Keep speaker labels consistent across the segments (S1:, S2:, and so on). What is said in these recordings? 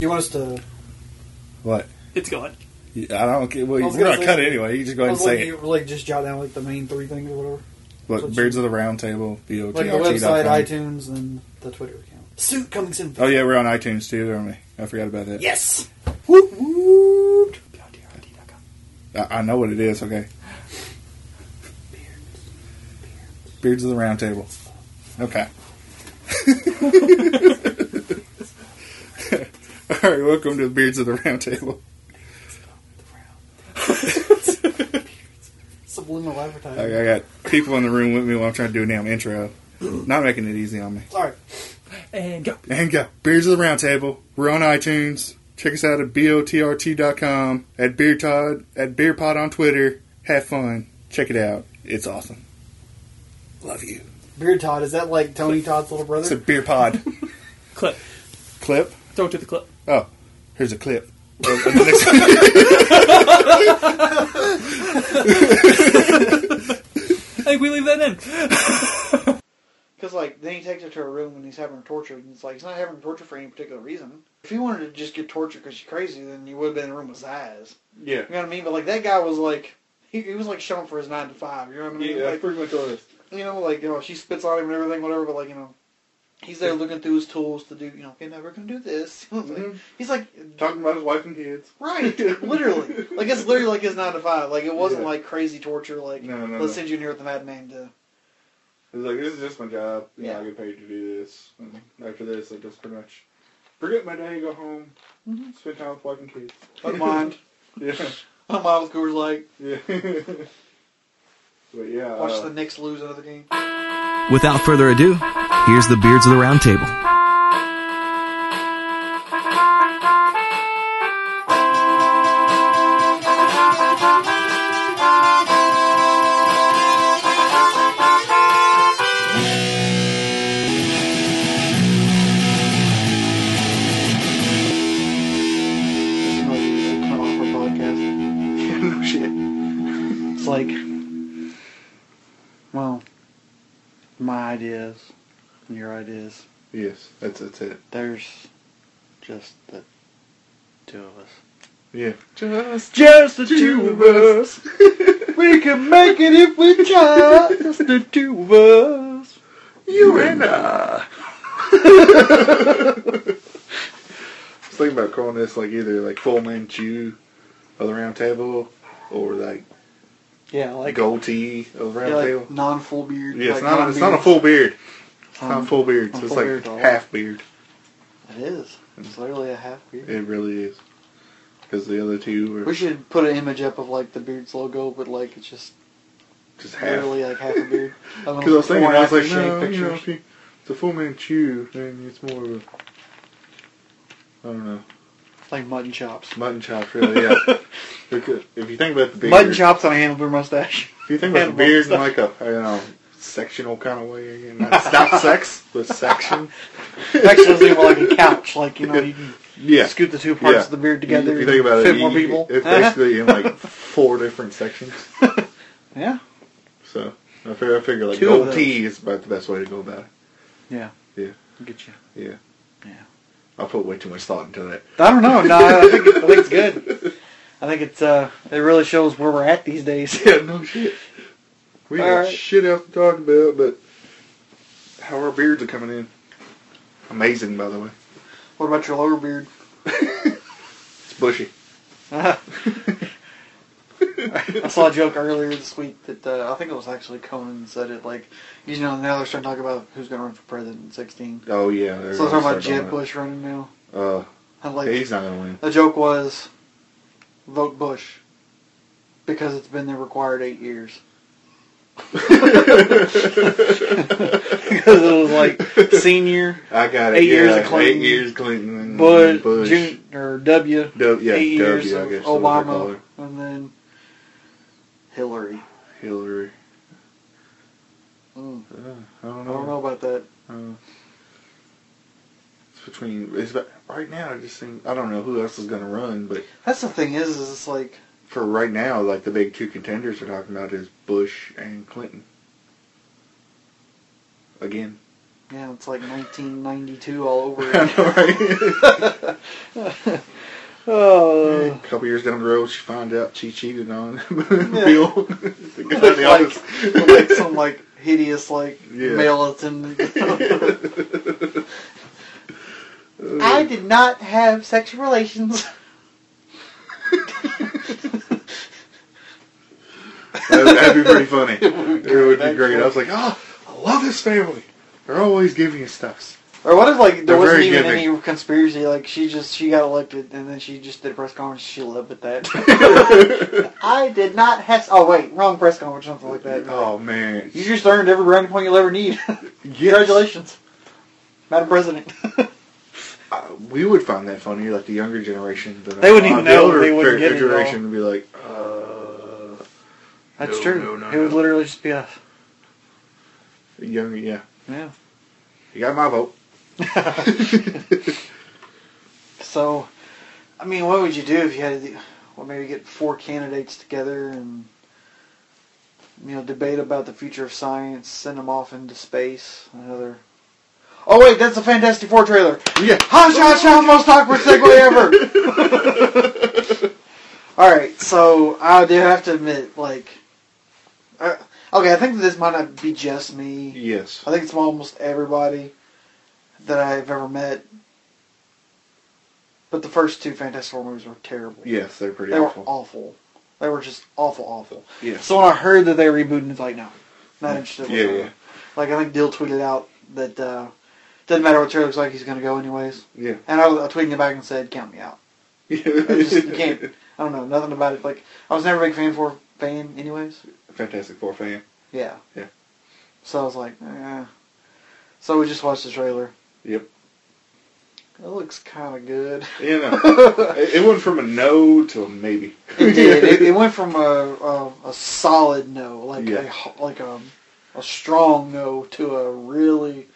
S1: You want us to?
S2: What?
S3: It's gone.
S2: I don't care. Well,
S1: I
S2: we're
S1: was gonna
S2: going to
S1: say-
S2: cut it anyway. You just go ahead and
S1: like,
S2: say it.
S1: you, like just jot down like the main three things or whatever.
S2: Look,
S1: what's-
S2: Beards of the Round Table, B-O-T-R-T
S1: Like the website, iTunes, and the Twitter account. Suit coming soon.
S2: Oh, yeah, we're on iTunes too, aren't we? I forgot about that.
S1: Yes. Whoop whoop.
S2: I, I know what it is, okay. Beards of the Round Table. Okay. All right, welcome to Beards of the Round Table.
S1: Subliminal advertising.
S2: I, I got people in the room with me while I'm trying to do a damn intro. Not making it easy on me.
S1: All right.
S3: And go.
S2: And go. Beards of the Round Table. We're on iTunes. Check us out at BOTRT.com, at Beer Todd, at Beer Pod on Twitter. Have fun. Check it out. It's awesome. Love you.
S1: Beard Todd is that like Tony Todd's little
S2: It's a
S1: brother?
S2: beer pod.
S3: Clip.
S2: clip.
S3: Throw it to the clip.
S2: Oh, here's a clip. Of- of the next-
S3: I think we leave that in.
S1: Because like then he takes her to her room and he's having her tortured, and it's like he's not having her tortured for any particular reason. If he wanted to just get tortured because she's crazy, then you would have been in a room with Zaz.
S4: Yeah.
S1: You know what I mean? But like that guy was like, he, he was like shown for his nine to five. You know what I mean?
S4: Yeah,
S1: Like,
S4: pretty much all this.
S1: you know, like you know, she spits on him and everything, whatever. But like you know, he's there looking through his tools to do. You know, okay, now we're gonna do this.
S4: Mhm.
S1: He's like,
S4: Talking about his wife and kids.
S1: right, literally. Like it's literally like his nine to five. Like it wasn't
S4: Yeah.
S1: like crazy torture. Like
S4: No, no,
S1: let's
S4: no.
S1: send you in here with the madman to.
S4: He's like, this is just my job. You know,
S1: Yeah.
S4: I get paid to do this. And after this, I just pretty much forget my day, go home,
S1: Mhm.
S4: spend time with wife and kids.
S1: Unwind.
S4: yeah.
S1: Unwind with Coors Light.
S4: Yeah. but yeah.
S1: Watch
S4: uh,
S1: the Knicks lose another game.
S5: Without further ado, here's the Beards of the Round Table.
S1: Turn off our podcast.
S4: no shit.
S1: It's like, well, my ideas and your ideas.
S4: Yes, that's that's it.
S1: There's just the two of us.
S4: Yeah. Just
S1: Just the
S4: two of us.
S1: We can make it if we try. Just the two of us.
S4: you and I. I was thinking about calling this like either like full Manchu of the round table or like
S1: Yeah, like
S4: goatee of the round
S1: yeah, like
S4: table.
S1: non-full beard.
S4: Yeah, it's
S1: like
S4: not it's not a full beard. It's not
S1: Um,
S4: a full beard.
S1: not
S4: So it's
S1: full
S4: like
S1: beard at all.
S4: half beard.
S1: It is. It's literally a half beard.
S4: It really is. Because the other two
S1: We
S4: are
S1: should put an image up of like the beard's logo, but like it's just
S4: just half.
S1: literally like half a beard.
S4: Because I was thinking,
S1: Or
S4: I was like,
S1: aftershave
S4: no, you know,
S1: pictures.
S4: if you, it's a full Manchu, then it's more of a, I don't know,
S1: like mutton chops.
S4: mutton chops, really, yeah. because if you think about the beard,
S1: Mutton chops on a handlebar mustache.
S4: if you think about the
S1: Animal
S4: beard in
S1: stuff.
S4: like a, you know, sectional kind of way, again, not, not sex, but section.
S1: Actually, it's even like a couch. Like you know, you can
S4: Yeah.
S1: scoot the two parts
S4: Yeah.
S1: of the beard together.
S4: if you think about
S1: fit
S4: it,
S1: more
S4: you-
S1: people. Uh-huh.
S4: it's basically in like four different sections.
S1: yeah,
S4: So I figure, I figure like
S1: Two of
S4: gold tea is about the best way to go about it.
S1: get you.
S4: I put way too much thought into that.
S1: I don't know. No, I think, I think it's good. I think it's uh, it really shows where we're at these days.
S4: Yeah, no shit. We got
S1: Alright.
S4: shit else to talk about, but how our beards are coming in. Amazing, by the way.
S1: What about your lower beard?
S4: It's bushy.
S1: I saw a joke earlier this week that uh, I think it was actually Conan said it. Like, you know, now they're starting to talk about who's going to run for president in 16.
S4: Oh yeah. they're
S1: So they're talking
S4: gonna
S1: about
S4: start
S1: Jeb
S4: doing
S1: Bush running now.
S4: that. Uh,
S1: And like,
S4: he's not gonna win.
S1: the joke was, vote Bush because it's been the required eight years. Because it was like senior,
S4: I got it.
S1: Eight
S4: yeah,
S1: years of Clinton.
S4: Eight years Clinton. and
S1: Bush,
S4: Mm, Bush.
S1: Jun- or W,
S4: W- yeah,
S1: eight
S4: W,
S1: years
S4: I
S1: of
S4: guess is what they call
S1: Obama,
S4: her.
S1: and then Hillary.
S4: Hillary.
S1: Mm,
S4: Uh, I don't
S1: I
S4: know.
S1: don't know about that.
S4: Uh, it's between. It's about, right now. I just think I don't know who else is gonna run, but
S1: That's the thing is, is it's like,
S4: for right now, like the big two contenders we're talking about is Bush and Clinton. Again,
S1: Yeah, it's like 1992 all over.
S4: I
S1: again.
S4: know,
S1: oh,
S4: right? a couple years down the road, she found out she cheated on Bill. the guy in the
S1: like,
S4: office.
S1: with, like some like hideous like
S4: Yeah.
S1: male attendant. I did not have sexual relations.
S4: That'd, that'd be pretty funny. it would be great. I was like, oh, I love this family. They're always giving you stuff.
S1: Or what if like there
S4: They're
S1: wasn't
S4: very
S1: even
S4: giving.
S1: any conspiracy? Like she just she got elected and then she just did a press conference. She lived with that. I did not have. Oh wait, wrong press conference, something like that.
S4: Oh man,
S1: You just earned every brownie point you'll ever need. Congratulations, Madam President.
S4: Uh, we would find that funny, like the younger generation. Than
S1: They wouldn't even
S4: the
S1: know.
S4: older
S1: They wouldn't get it at all.
S4: generation would be like, uh,
S1: That's
S4: No,
S1: true.
S4: no, no,
S1: it would
S4: no.
S1: literally just be us.
S4: younger, yeah.
S1: Yeah.
S4: You got my vote.
S1: So, I mean, what would you do if you had to, well, maybe get four candidates together and, you know, debate about the future of science, send them off into space, another... Oh, wait, that's the Fantastic Four trailer.
S4: Yeah.
S1: Hot shot, shot, most awkward segue ever. All right, so I do have to admit, like, uh, okay, I think that this might not be just me.
S4: Yes.
S1: I think it's almost everybody that I've ever met. But the first two Fantastic Four movies were terrible.
S4: Yes, they're pretty
S1: they
S4: awful.
S1: were awful. They were just awful, awful.
S4: Yes.
S1: So when I heard that they were rebooting, it's like, no, not interested.
S4: Yeah,
S1: whatsoever.
S4: yeah.
S1: Like I think Dill tweeted out that uh, doesn't matter what Terry looks like, he's going to go anyways.
S4: yeah.
S1: And I, I tweeted it back and said, count me out. I just you can't. I don't know nothing about it. Like I was never a big fan for fan, anyways.
S4: Fantastic Four fan.
S1: Yeah.
S4: Yeah.
S1: So I was like, eh. So we just watched the trailer.
S4: Yep.
S1: It looks kind of good.
S4: You know, it, it went from a no to a maybe.
S1: It did. it, it went from a, a, um, a solid no, like
S4: Yeah.
S1: a h like a, a strong no, to a really,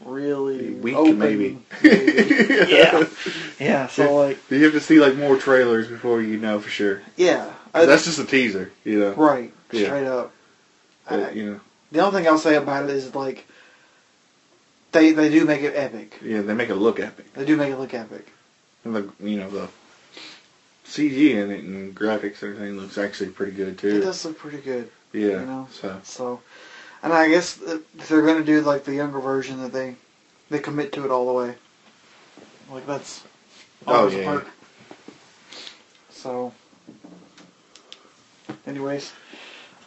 S1: really
S4: Weak
S1: open
S4: maybe.
S1: maybe.
S3: Yeah.
S1: yeah. So like,
S4: You have to see like more trailers before you know for sure.
S1: yeah, I-
S4: That's just a teaser, you know.
S1: right.
S4: Yeah.
S1: Straight up. I-
S4: But, you know,
S1: the only thing I'll say about it is like, they they do make it epic.
S4: yeah, they make it look epic.
S1: They do make it look epic.
S4: And the you know the CG in it and graphics and everything looks actually pretty good too.
S1: It does look pretty good.
S4: yeah.
S1: you know.
S4: So
S1: So, and I guess if they're going to do like the younger version that they they commit to it all the way. Like that's
S4: Oh,
S1: always a
S4: yeah,
S1: part. So, anyways,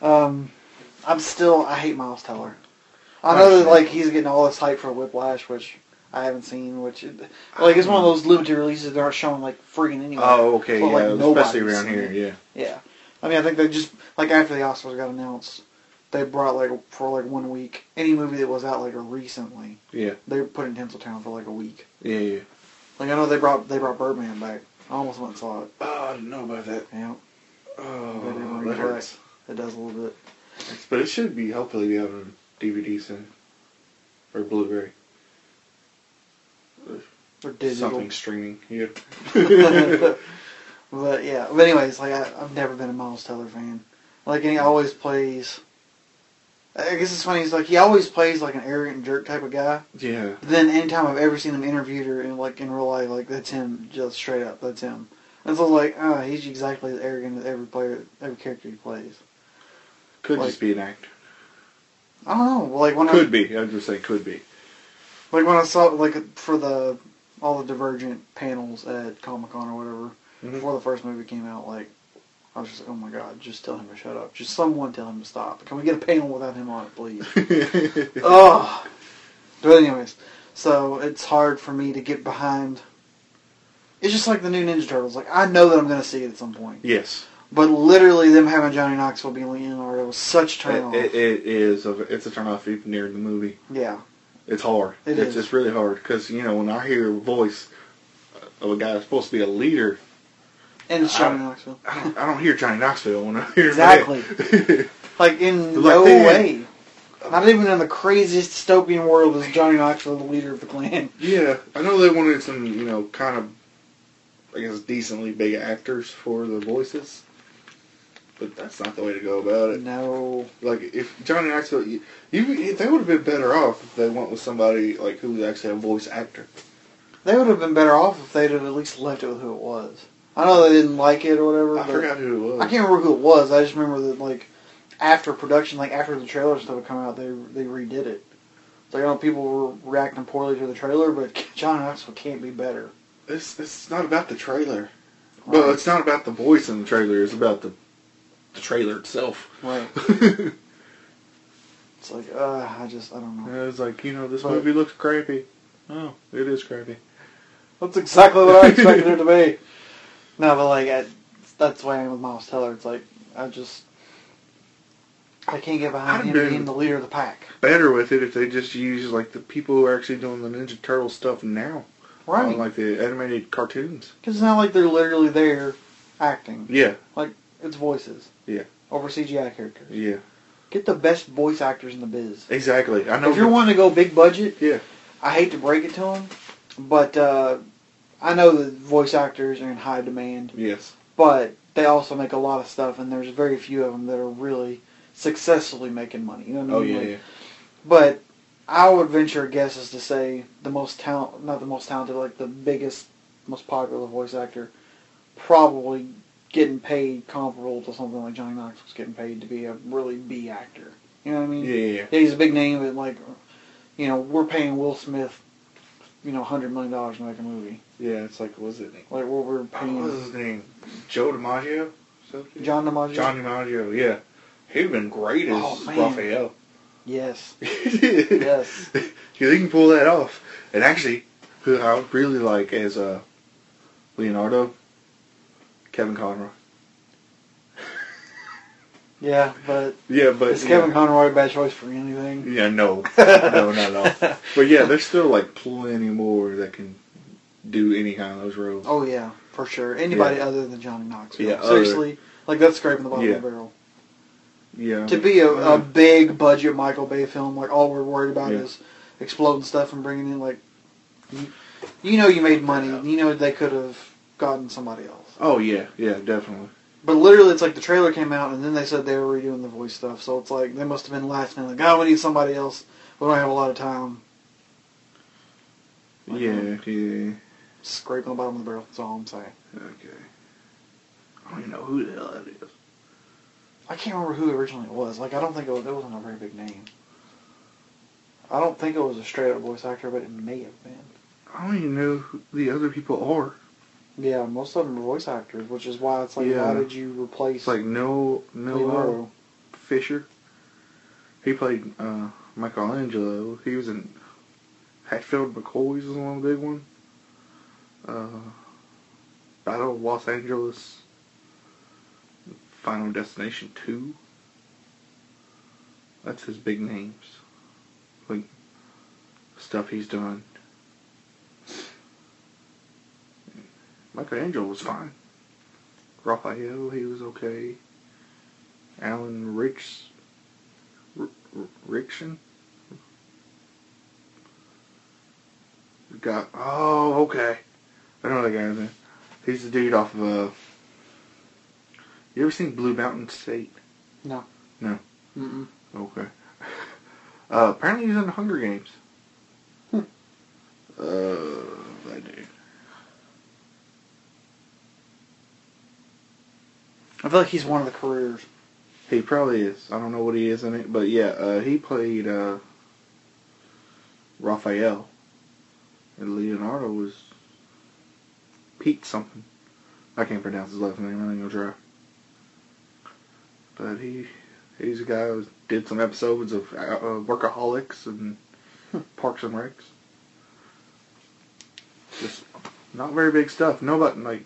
S1: um, I'm still I hate Miles Teller. I know that like he's getting all this hype for Whiplash, which I haven't seen. Which it, like it's one of those limited releases that aren't shown like freaking anywhere.
S4: Oh, okay,
S1: Well, like,
S4: yeah,
S1: nobody's
S4: especially around
S1: seen
S4: here,
S1: it.
S4: yeah.
S1: Yeah, I mean, I think they just like after the Oscars got announced, they brought like for like one week any movie that was out like recently.
S4: Yeah.
S1: They put it in Tinseltown for like a week.
S4: Yeah, yeah.
S1: Like I know they brought they brought Birdman back. I almost went and saw it.
S4: Oh, I didn't know about that.
S1: Yeah,
S4: Oh,
S1: they didn't bring
S4: that
S1: it back.
S4: hurts.
S1: It does a little bit.
S4: But it should be hopefully be out on DVD soon. Or Blu-ray.
S1: Or digital.
S4: Something streaming. Yeah.
S1: But yeah. But anyways, like I, I've never been a Miles Teller fan. Like and he always plays. I guess it's funny. He's like he always plays like an arrogant jerk type of guy.
S4: Yeah.
S1: Then anytime I've ever seen him interviewed or in, like in real life, like that's him, just straight up, that's him. And so like, ah, he's exactly as arrogant as every player, every character he plays.
S4: Could
S1: Like-
S4: just be an actor.
S1: I don't know, like when
S4: Could be. I'm just saying could be.
S1: I like when I saw like for the all the Divergent panels at Comic Con or whatever
S4: Mhm.
S1: before the first movie came out, like I was just like, oh my god, just tell him to shut up, just someone tell him to stop. Can we get a panel without him on it, please? Oh, but anyways, so it's hard for me to get behind. It's just like the new Ninja Turtles. Like I know that I'm going to see it at some point,
S4: yes.
S1: but literally them having Johnny Knoxville being Leonardo was such a turn off.
S4: It, it, it is. A, it's a turn off even near the movie.
S1: yeah,
S4: It's hard.
S1: It
S4: it's,
S1: is.
S4: It's really hard because you know when I hear a voice of a guy that's supposed to be a leader,
S1: and it's
S4: I-
S1: Johnny Knoxville.
S4: I don't, I don't hear Johnny Knoxville when I hear
S1: Exactly.
S4: that.
S1: Like in
S4: Like uh,
S1: no
S4: they-
S1: way. Not even in the craziest dystopian world is Johnny Knoxville the leader of the clan.
S4: yeah, I know they wanted some you know kind of I guess decently big actors for the voices, But that's not the way to go about it.
S1: No.
S4: Like if Johnny Knoxville, you, you they would have been better off if they went with somebody like who was actually a voice actor.
S1: They would have been better off if they'd have at least left it with who it was. I know they didn't like it or whatever.
S4: I
S1: but
S4: forgot who it was.
S1: I can't remember who it was. I just remember that like after production, like after the trailer and stuff had come out, they they redid it. It's Like I know people were reacting poorly to the trailer, but John Knoxville can't be better.
S4: It's it's not about the trailer.
S1: Right.
S4: Well, it's not about the voice in the trailer. It's about the the trailer itself.
S1: Right.
S4: it
S1: It's like uh, I just I don't know.
S4: was like you know this
S1: But-
S4: movie looks crappy. Oh, it is crappy.
S1: That's exactly what I expected it to be. No, but like I, that's why I'm with Miles Teller. It's like I just I can't get behind
S4: I'd
S1: him
S4: been-
S1: being the leader of the pack.
S4: Better with it if they just use like the people who are actually doing the Ninja Turtle stuff now,
S1: Right.
S4: on like the animated cartoons.
S1: Because it's not like they're literally there acting.
S4: Yeah,
S1: It's voices.
S4: Yeah.
S1: Over CGI characters.
S4: yeah,
S1: Get the best voice actors in the biz.
S4: exactly. I know.
S1: If you're
S4: that-
S1: wanting to go big budget,
S4: Yeah.
S1: I hate to break it to them, but uh, I know that voice actors are in high demand,
S4: yes,
S1: but they also make a lot of stuff, and there's very few of them that are really successfully making money. You know what I
S4: oh
S1: mean?
S4: yeah,
S1: Like,
S4: yeah.
S1: But I would venture a guess as to say the most talent, not the most talented, like the biggest, most popular voice actor, probably getting paid comparable to something like Johnny Knox was getting paid to be a really B actor. You know what I mean?
S4: yeah, yeah, yeah.
S1: Yeah, he's a big name, but like, you know, we're paying Will Smith, you know, hundred million dollars to make a movie.
S4: Yeah, it's like what was it?
S1: Like, what we're
S4: What was
S1: paying
S4: his name? Joe DiMaggio. Something?
S1: John DiMaggio.
S4: John DiMaggio. Yeah, he'd been great as
S1: Oh, man.
S4: Raphael.
S1: Yes.
S4: yes. Because he can pull that off. And actually, who I would really like is uh, Leonardo, Kevin Conroy.
S1: Yeah, but
S4: Yeah, but
S1: is Kevin Conroy a bad choice for anything?
S4: Yeah, no, no, not at all. But yeah, there's still like plenty more that can do any kind of those roles.
S1: Oh yeah, for sure. Anybody other than Johnny Knoxville.
S4: Yeah,
S1: Seriously, like that's scraping the bottom
S4: Yeah.
S1: of the barrel.
S4: yeah,
S1: To be a, a
S4: Uh,
S1: big budget Michael Bay film, like all we're worried about
S4: Yeah.
S1: is exploding stuff and bringing in like, you, you know, you made money. You know they could have gotten somebody else.
S4: oh yeah, yeah, definitely.
S1: But literally, it's like the trailer came out, and then they said they were redoing the voice stuff. So it's like they must have been last minute, like, "Oh, we need somebody else. We don't have a lot of time." Like,
S4: Yeah, yeah.
S1: Scraping the bottom of the barrel. That's all I'm saying.
S4: Okay. I don't even know who the hell that is.
S1: I can't remember who originally it was. Like, I don't think it was. It wasn't a very big name. I don't think it was a straight up voice actor, but it may have been.
S4: I don't even know who the other people are.
S1: Yeah, most of them are voice actors, which is why it's like,
S4: Yeah.
S1: why did you replace?
S4: It's like no, no.
S1: Leonardo?
S4: Fisher. He played uh, Michelangelo. He was in Hatfield McCoy's was one big one. Uh, Battle of Los Angeles. Final Destination Two. That's his big names. Like stuff he's done. Michelangelo was fine. Raphael, he was okay. Alan Rich, R- R- Rickson. We Got oh okay, I know that guy's name. He's the dude off of. Uh, you ever seen Blue Mountain State?
S1: No.
S4: No.
S1: Mm-mm.
S4: Okay. Uh, apparently he's in the Hunger Games.
S1: Hmm.
S4: Uh, that dude.
S1: I feel like he's one of the careers.
S4: He probably is. I don't know what he is in it, but yeah, uh, he played uh, Raphael, and Leonardo was Pete something. I can't pronounce his last name. I ain't gonna try. But he he's a guy who did some episodes of uh, uh, Workaholics and
S1: Hmm.
S4: Parks and Recs. Just not very big stuff. Nobody like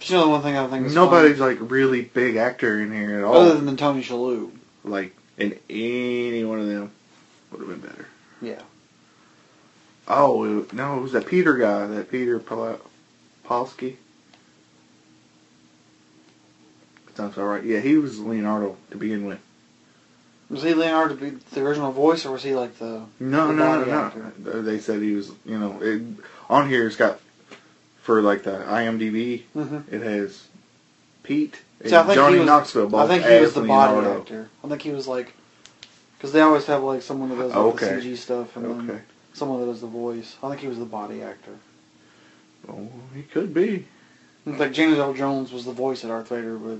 S1: But you know the one thing I think is
S4: nobody's like really big actor in here at all.
S1: funny? other than Tony Shalhoub.
S4: Like, in any one of them would have been better.
S1: Yeah.
S4: Oh, it, no, it was that Peter guy, that Peter Pol- Polsky. Sounds all right. Yeah, he was Leonardo to begin with.
S1: Was he Leonardo to be the original voice, or was he like the?
S4: No,
S1: The
S4: no,
S1: body
S4: no,
S1: actor.
S4: no. They said he was, you know, it, on here it's got, for like the IMDb,
S1: Mhm.
S4: it has Pete and
S1: See, I think
S4: Johnny
S1: he was,
S4: Knoxville.
S1: I
S4: Both
S1: think he was
S4: as
S1: the
S4: Leonardo.
S1: body actor. I think he was like, because they always have like someone that does like,
S4: Okay.
S1: the CG stuff and
S4: Okay.
S1: then someone that does the voice. I think he was the body actor.
S4: Oh, he could be.
S1: It's like James Earl Jones was the voice at Darth Vader, but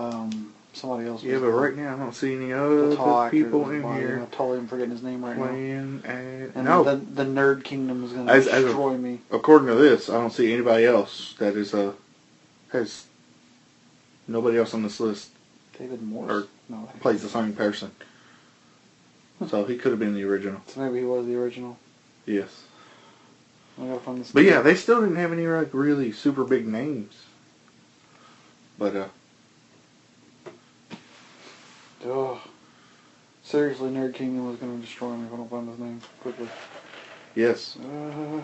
S1: um, somebody else.
S4: Yeah,
S1: was
S4: but
S1: the-
S4: right now I don't see any
S1: the
S4: other
S1: tall actor that
S4: people
S1: was
S4: in
S1: body.
S4: here
S1: I totally am forgetting his name right now.
S4: playing. At,
S1: And
S4: no,
S1: the the nerd kingdom is gonna
S4: As- as a-
S1: destroy me.
S4: according to this, I don't see anybody else that is a has nobody else on this list
S1: David Morse.
S4: or
S1: no,
S4: plays the same person. So he could have been the original.
S1: so maybe he was the original.
S4: Yes,
S1: I gotta find this.
S4: but yeah, they still didn't have any like really super big names. But uh,
S1: Ugh. Seriously, Nerd Kingdom is gonna destroy me if I don't find his name quickly.
S4: yes,
S1: Uh,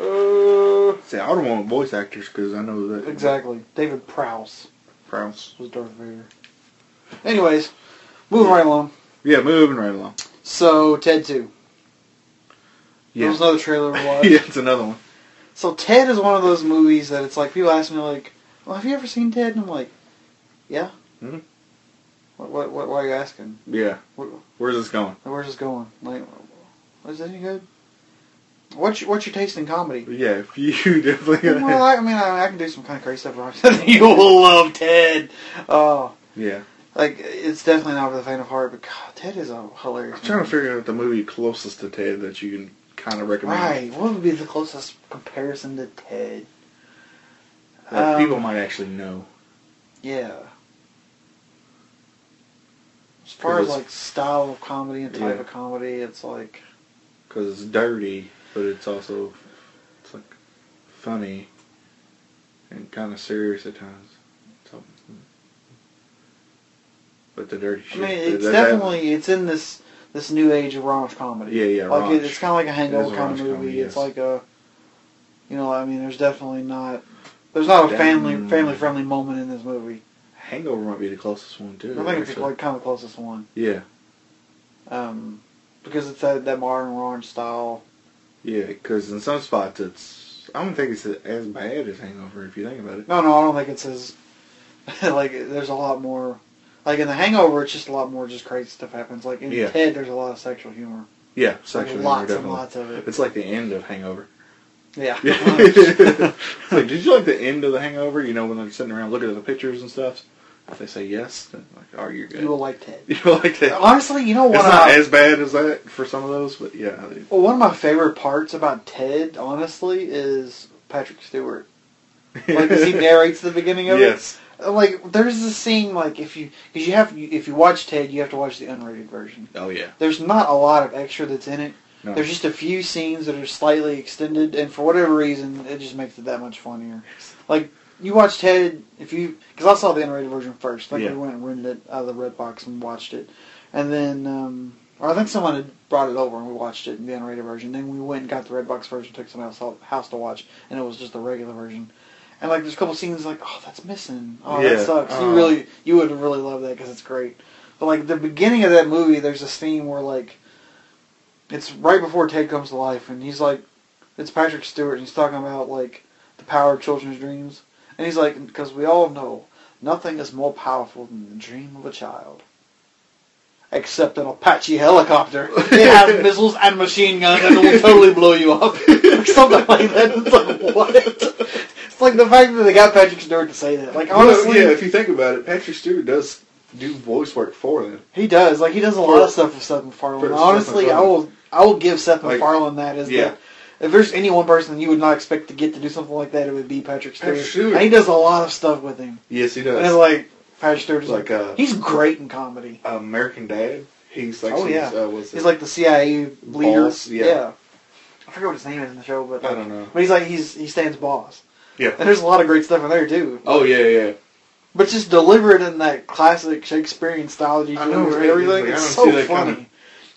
S1: uh,
S4: see, I don't want voice actors because I know that
S1: exactly. David Prowse
S4: Prowse.
S1: was Darth Vader. Anyways, moving right along.
S4: Yeah, moving right along.
S1: So Ted Two. There
S4: Yeah,
S1: was another trailer we watched.
S4: yeah, it's another one.
S1: So Ted is one of those movies that it's like people ask me like, "Well, have you ever seen Ted?" And I'm like, "Yeah."
S4: Mhm.
S1: What, what, what, why are you asking?
S4: Yeah,
S1: What,
S4: where's this going?
S1: where's this going? Like, is it any good? What's your, what's your taste in comedy?
S4: Yeah, if you definitely.
S1: well, I, I mean, I, I can do some kind of crazy stuff. Right? you will love Ted. Oh,
S4: yeah,
S1: like it's definitely not for the faint of heart. But God, Ted is a hilarious.
S4: I'm trying to
S1: movie.
S4: figure out the movie closest to Ted that you can kind of recommend.
S1: Right. What would be the closest comparison to Ted?
S4: That
S1: Um,
S4: people might actually know.
S1: Yeah. As far as
S4: it's-
S1: like style of comedy and type
S4: Yeah.
S1: of comedy, it's like
S4: Because it's dirty, but it's also it's like funny and kind of serious at times. So, hmm. but the dirty
S1: I
S4: shit.
S1: mean,
S4: that-
S1: it's
S4: that-
S1: definitely it's in this this new age of raunch comedy.
S4: Yeah, yeah,
S1: Like it,
S4: raunch.
S1: it's kind of like a
S4: It is
S1: hangover
S4: a
S1: kind of
S4: raunch
S1: movie.
S4: comedy,
S1: It's
S4: yes.
S1: like a, you know, I mean, there's definitely not there's not a
S4: Damn.
S1: family family friendly moment in this movie.
S4: Hangover might be the closest one too.
S1: I think it's
S4: actually.
S1: like kind of the closest one,
S4: yeah,
S1: um, because it's that, that modern raunch style.
S4: yeah. Because in some spots, it's I don't think it's as bad as Hangover if you think about it.
S1: No, no, I don't think it's as like there's a lot more like in The Hangover. It's just a lot more just crazy stuff happens. Like in
S4: Yeah.
S1: Ted, there's a lot of sexual humor,
S4: Yeah,
S1: Like,
S4: sexual
S1: lots
S4: humor,
S1: and
S4: definitely.
S1: lots of it.
S4: It's like the end of Hangover.
S1: Yeah,
S4: Yeah. it's like, did you like the end of the Hangover? You know, when they're sitting around looking at the pictures and stuff. If they say yes, then like, oh, you're good.
S1: you will like Ted.
S4: You like that?
S1: Honestly, you know
S4: it's
S1: what?
S4: not
S1: I,
S4: as bad as that for some of those, but yeah, they-
S1: well, one of my favorite parts about Ted, honestly, is Patrick Stewart. Like, as he narrates the beginning of
S4: yes,
S1: it. Like, there's this scene like if you because you have you, if you watch Ted, you have to watch the unrated version.
S4: oh yeah,
S1: There's not a lot of extra that's in it.
S4: No.
S1: There's just a few scenes that are slightly extended, and for whatever reason, it just makes it that much funnier. Like you watch Ted, if you because I saw the unrated version first. Like
S4: Yeah.
S1: we went and rented it out of the red box and watched it, and then um, or I think someone had brought it over and we watched it in the unrated version. Then we went and got the red box version, took someone else's house to watch, and it was just the regular version. And like there's a couple scenes like oh that's missing oh
S4: Yeah.
S1: that sucks
S4: Oh.
S1: you really you would really love that because it's great but like the beginning of that movie there's a scene where like it's right before Ted comes to life, and he's like, it's Patrick Stewart, and he's talking about like the power of children's dreams, and he's like, because we all know nothing is more powerful than the dream of a child, except an Apache helicopter. They have missiles and machine guns, and it will totally blow you up, like something like that. It's like what? It's like the fact that they got Patrick Stewart to say that. Like honestly,
S4: yeah. If you think about it, Patrick Stewart does do voice work for them.
S1: He does. Like he does a lot of stuff with Seth
S4: for
S1: MacFarlane.
S4: Seth
S1: Honestly, I
S4: MacFarlane.
S1: will I will give Seth
S4: Like,
S1: MacFarlane that as
S4: yeah.
S1: the if there's any one person you would not expect to get to do something like that, it would be Patrick Stewart.
S4: Patrick Stewart.
S1: And he does a lot of stuff with him.
S4: Yes, he
S1: And it's
S4: does.
S1: like Patrick Stewart is like,
S4: Like, uh,
S1: he's great in comedy.
S4: American Dad. He's like,
S1: Oh, yeah.
S4: he's, uh, what's
S1: He's
S4: it?
S1: like the CIA leader.
S4: Boss, yeah.
S1: I forget what his name is in the show, but
S4: I
S1: like-
S4: don't know.
S1: But he's like he's he stands boss. And
S4: yeah.
S1: there's a lot of great stuff in there too.
S4: Oh yeah, yeah.
S1: But just delivered in that classic Shakespearean style that you
S4: I
S1: do
S4: know,
S1: with
S4: right?
S1: everything.
S4: Like, I
S1: It's
S4: don't see
S1: so
S4: that
S1: funny.
S4: kinda-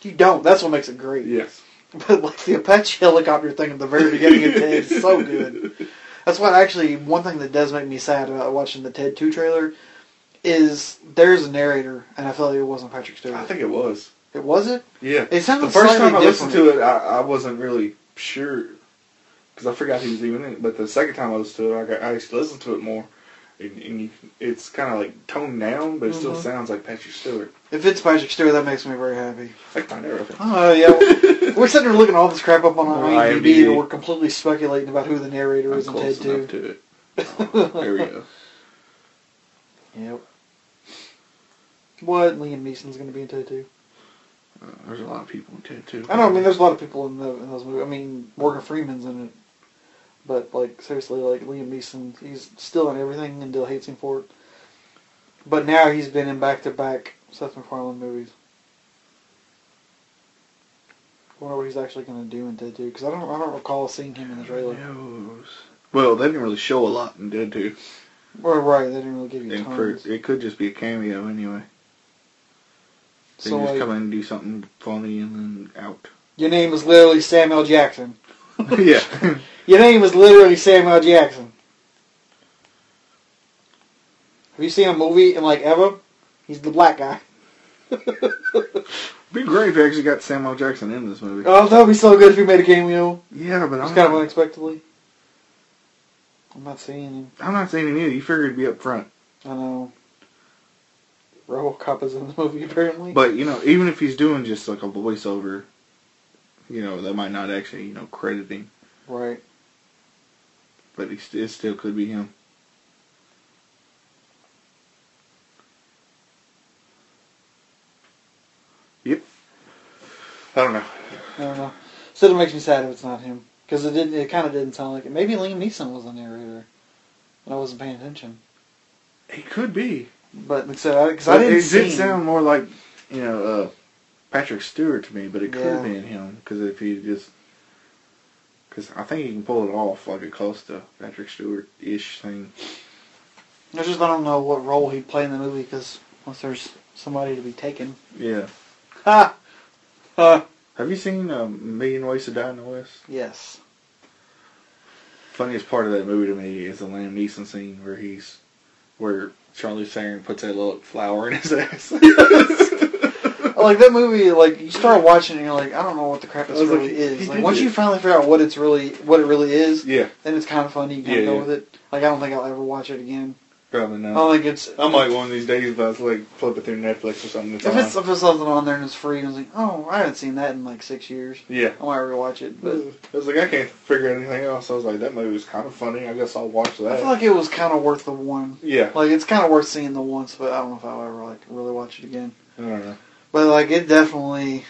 S1: You don't. That's what makes it great.
S4: Yes.
S1: But like the Apache helicopter thing at the very beginning of Ted is so good. That's what actually one thing that does make me sad about watching the Ted Two trailer is there's a narrator, and I feel like it wasn't Patrick Stewart.
S4: I think it was.
S1: it was it.
S4: Yeah.
S1: It sounded
S4: the first
S1: slightly
S4: time I listened
S1: different.
S4: to it, I, I wasn't really sure because I forgot he was even in it. But the second time I listened to it, I, got, I actually listened to it more, and, and you, it's kind of like toned down, but it still
S1: Mhm.
S4: sounds like Patrick Stewart.
S1: If it's Patrick Stewart, that makes me very happy.
S4: I can find everything.
S1: Oh yeah, we're sitting here looking all this crap up on
S4: On
S1: IMDb,
S4: IMDb.
S1: and we're completely speculating about who the narrator
S4: I'm
S1: is in Ted
S4: close enough
S1: Two.
S4: to it. Oh, there we go.
S1: Yep. What Liam Neeson's going to be in Ted Two?
S4: Uh, there's a lot of people in Ted Two.
S1: I know. I mean, there's a lot of people in, the, in those movies. I mean, Morgan Freeman's in it, but like seriously, like Liam Neeson, he's still in everything and Dill hates him for it. But now he's been in back-to-back Seth MacFarlane movies. I wonder what he's actually going to do in Ted Two because I don't, I don't recall seeing him in the
S4: Who
S1: trailer.
S4: knows? Well, they didn't really show a lot in Dead 2.
S1: Well, right, they didn't really give you
S4: And
S1: tons.
S4: for, it could just be a cameo anyway. They
S1: So
S4: just
S1: like,
S4: come in and do something funny and then out.
S1: your name is literally Samuel Jackson.
S4: yeah.
S1: Your name is literally Samuel Jackson. Have you seen a movie in like ever? He's the black guy.
S4: be great if they actually got Samuel Jackson in this movie.
S1: Oh, that would be so good if he made a cameo.
S4: yeah, but I'm
S1: Just kind of
S4: not,
S1: unexpectedly. I'm not seeing him.
S4: I'm not saying it either. You figured it'd be up front.
S1: I know. Robocop is in the movie apparently.
S4: But, you know, even if he's doing just like a voiceover, you know, that might not actually, you know, credit him.
S1: right.
S4: But he st- it still could be him. Yep. I don't know.
S1: I don't know. Still, it makes me sad if it's not him because it didn't. It kind of didn't sound like it. Maybe Liam Neeson was the narrator, and I wasn't paying attention.
S4: It could be.
S1: But like I said, because I
S4: But
S1: didn't
S4: it
S1: see
S4: did
S1: him.
S4: sound more like, you know, uh, Patrick Stewart to me, but it could
S1: Yeah.
S4: have been him because if he just, because I think he can pull it off like a close to Patrick Stewart ish thing.
S1: I just I don't know what role he'd play in the movie because once there's somebody to be taken.
S4: Yeah.
S1: Ha! Uh,
S4: Have you seen um, Million Ways to Die in the West?
S1: yes.
S4: Funniest part of that movie to me is the Liam Neeson scene where he's, where Charlie Theron puts that little flower in his ass.
S1: Like that movie, like you start watching it and you're like, I don't know what the crap this
S4: I was like,
S1: really
S4: he- he
S1: is. Like
S4: did
S1: once
S4: it.
S1: you finally figure out what it's really what it really is,
S4: yeah,
S1: then it's kind of funny. You kind
S4: Yeah,
S1: of go
S4: yeah.
S1: with it. Like I don't think I'll ever watch it again.
S4: probably not.
S1: I don't think it's.
S4: I might Uh-huh. one of these days, but I was like flipping through Netflix or something. It's
S1: If
S4: on.
S1: it's if there's something on there and it's free, and it's like, oh, I haven't seen that in like six years.
S4: yeah.
S1: I might rewatch it, but
S4: I was like, I can't figure anything else. I was like, that movie was kind of funny. I guess I'll watch that.
S1: I feel like it was kind of worth the one.
S4: yeah,
S1: Like it's kind of worth seeing the once, but I don't know if I'll ever like really watch it again.
S4: I don't know.
S1: But like it definitely,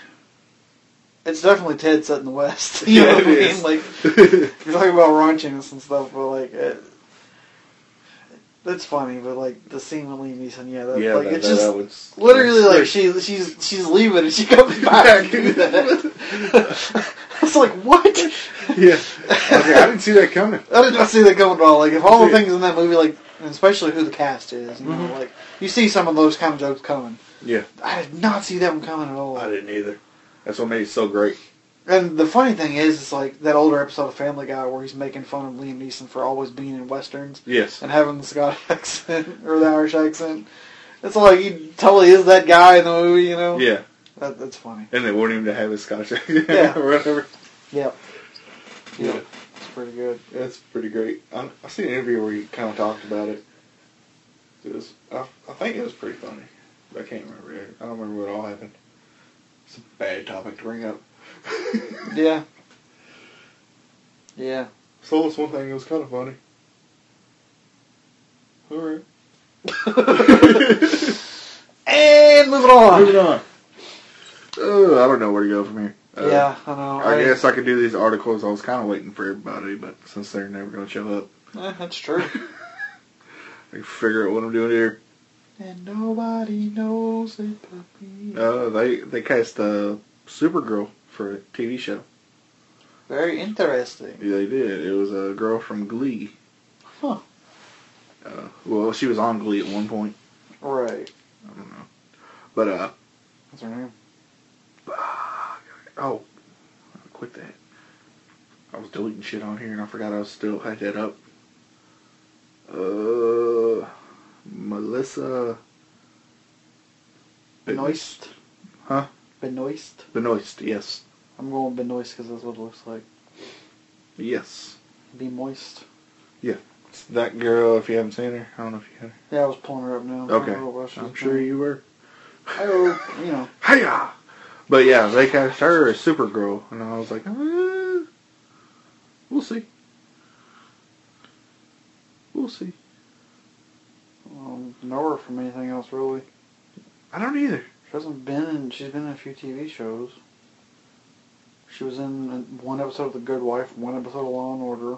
S1: it's definitely Ted set in the West. You know
S4: Yeah,
S1: what I mean?
S4: it is.
S1: Like you're talking about raunchiness and stuff, but like it, that's funny. But like the scene with Liam Neeson, yeah, that,
S4: yeah,
S1: like
S4: that,
S1: it's
S4: that-
S1: just
S4: that was
S1: literally
S4: that
S1: like
S4: was
S1: she she's she's leaving and she comes back. and do that. It's like what?
S4: great. Yeah, I, was like, I didn't see that coming.
S1: I did not see that coming at all. Like if all the
S4: Yeah. Mm-hmm.
S1: things in that movie, like and especially who the cast is, you know, like you see some of those kind of jokes coming.
S4: Yeah,
S1: I did not see that one coming at all.
S4: I didn't either. That's what made it so great.
S1: And the funny thing is, it's like that older episode of Family Guy where he's making fun of Liam Neeson for always being in westerns
S4: Yes.
S1: and having the Scottish accent or the Irish accent. It's like he totally is that guy in the movie, you know?
S4: Yeah,
S1: That, that's funny.
S4: and they wanted him to have his Scottish accent
S1: Yeah.
S4: or whatever.
S1: Yep.
S4: Yeah.
S1: Yeah. It's pretty good.
S4: That's pretty great. I, I seen an interview where he kind of talked about it. It was, I, I think it was pretty funny. But I can't remember. it. I don't remember what all happened. It's a bad topic to bring up.
S1: Yeah. Yeah.
S4: so that's one thing. It was kind of funny. All right.
S1: And moving on.
S4: Moving on. Oh, I don't know where to go from here. Uh,
S1: yeah, I know.
S4: I guess I could do these articles. I was kind of waiting for everybody, but since they're never going to show up,
S1: Eh, that's true.
S4: I can figure out what I'm doing here.
S1: and nobody knows it but me.
S4: Uh, they they cast uh, Supergirl for a TV show.
S1: Very interesting.
S4: Yeah, they did. It was a girl from Glee.
S1: Huh.
S4: Uh, well, she was on Glee at one point.
S1: Right.
S4: I don't know. But uh,
S1: What's her name?
S4: oh, quit that. I was deleting shit on here and I forgot I was still had that up. Uh, Melissa
S1: Benoist.
S4: Huh?
S1: Benoist.
S4: Benoist. Yes,
S1: I'm going Benoist because that's what it looks like.
S4: yes.
S1: Be moist.
S4: Yeah. It's that girl, if you haven't seen her, I don't know if you had her.
S1: Yeah, I was pulling her up now. I
S4: Okay,
S1: don't know what she's
S4: I'm sure
S1: doing.
S4: you were.
S1: Oh, you know.
S4: Hiya! But yeah, they cast her as Supergirl, and I was like, eh, we'll see. We'll see.
S1: I don't um, know her from anything else really.
S4: I don't either.
S1: She hasn't been in. She's been in a few TV shows. She was in one episode of The Good Wife, one episode of Law and Order.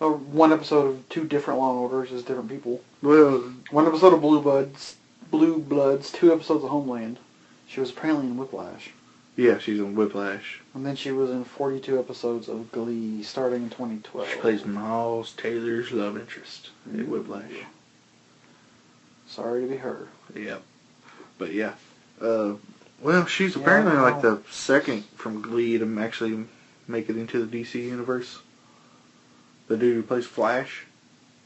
S1: Oh, one episode of two different Law and Orders as different people.
S4: Well,
S1: One episode of Blue Bloods, Blue Bloods, two episodes of Homeland. She was apparently in Whiplash,
S4: yeah, she's in Whiplash.
S1: and then she was in 42 episodes of Glee, starting in 2012.
S4: She plays Miles Taylor's love interest
S1: Mm-hmm.
S4: in Whiplash.
S1: Sorry to be her.
S4: Yep. But yeah. Uh, well, she's apparently
S1: Yeah.
S4: like the second from Glee to actually make it into the DC universe. The dude who plays Flash,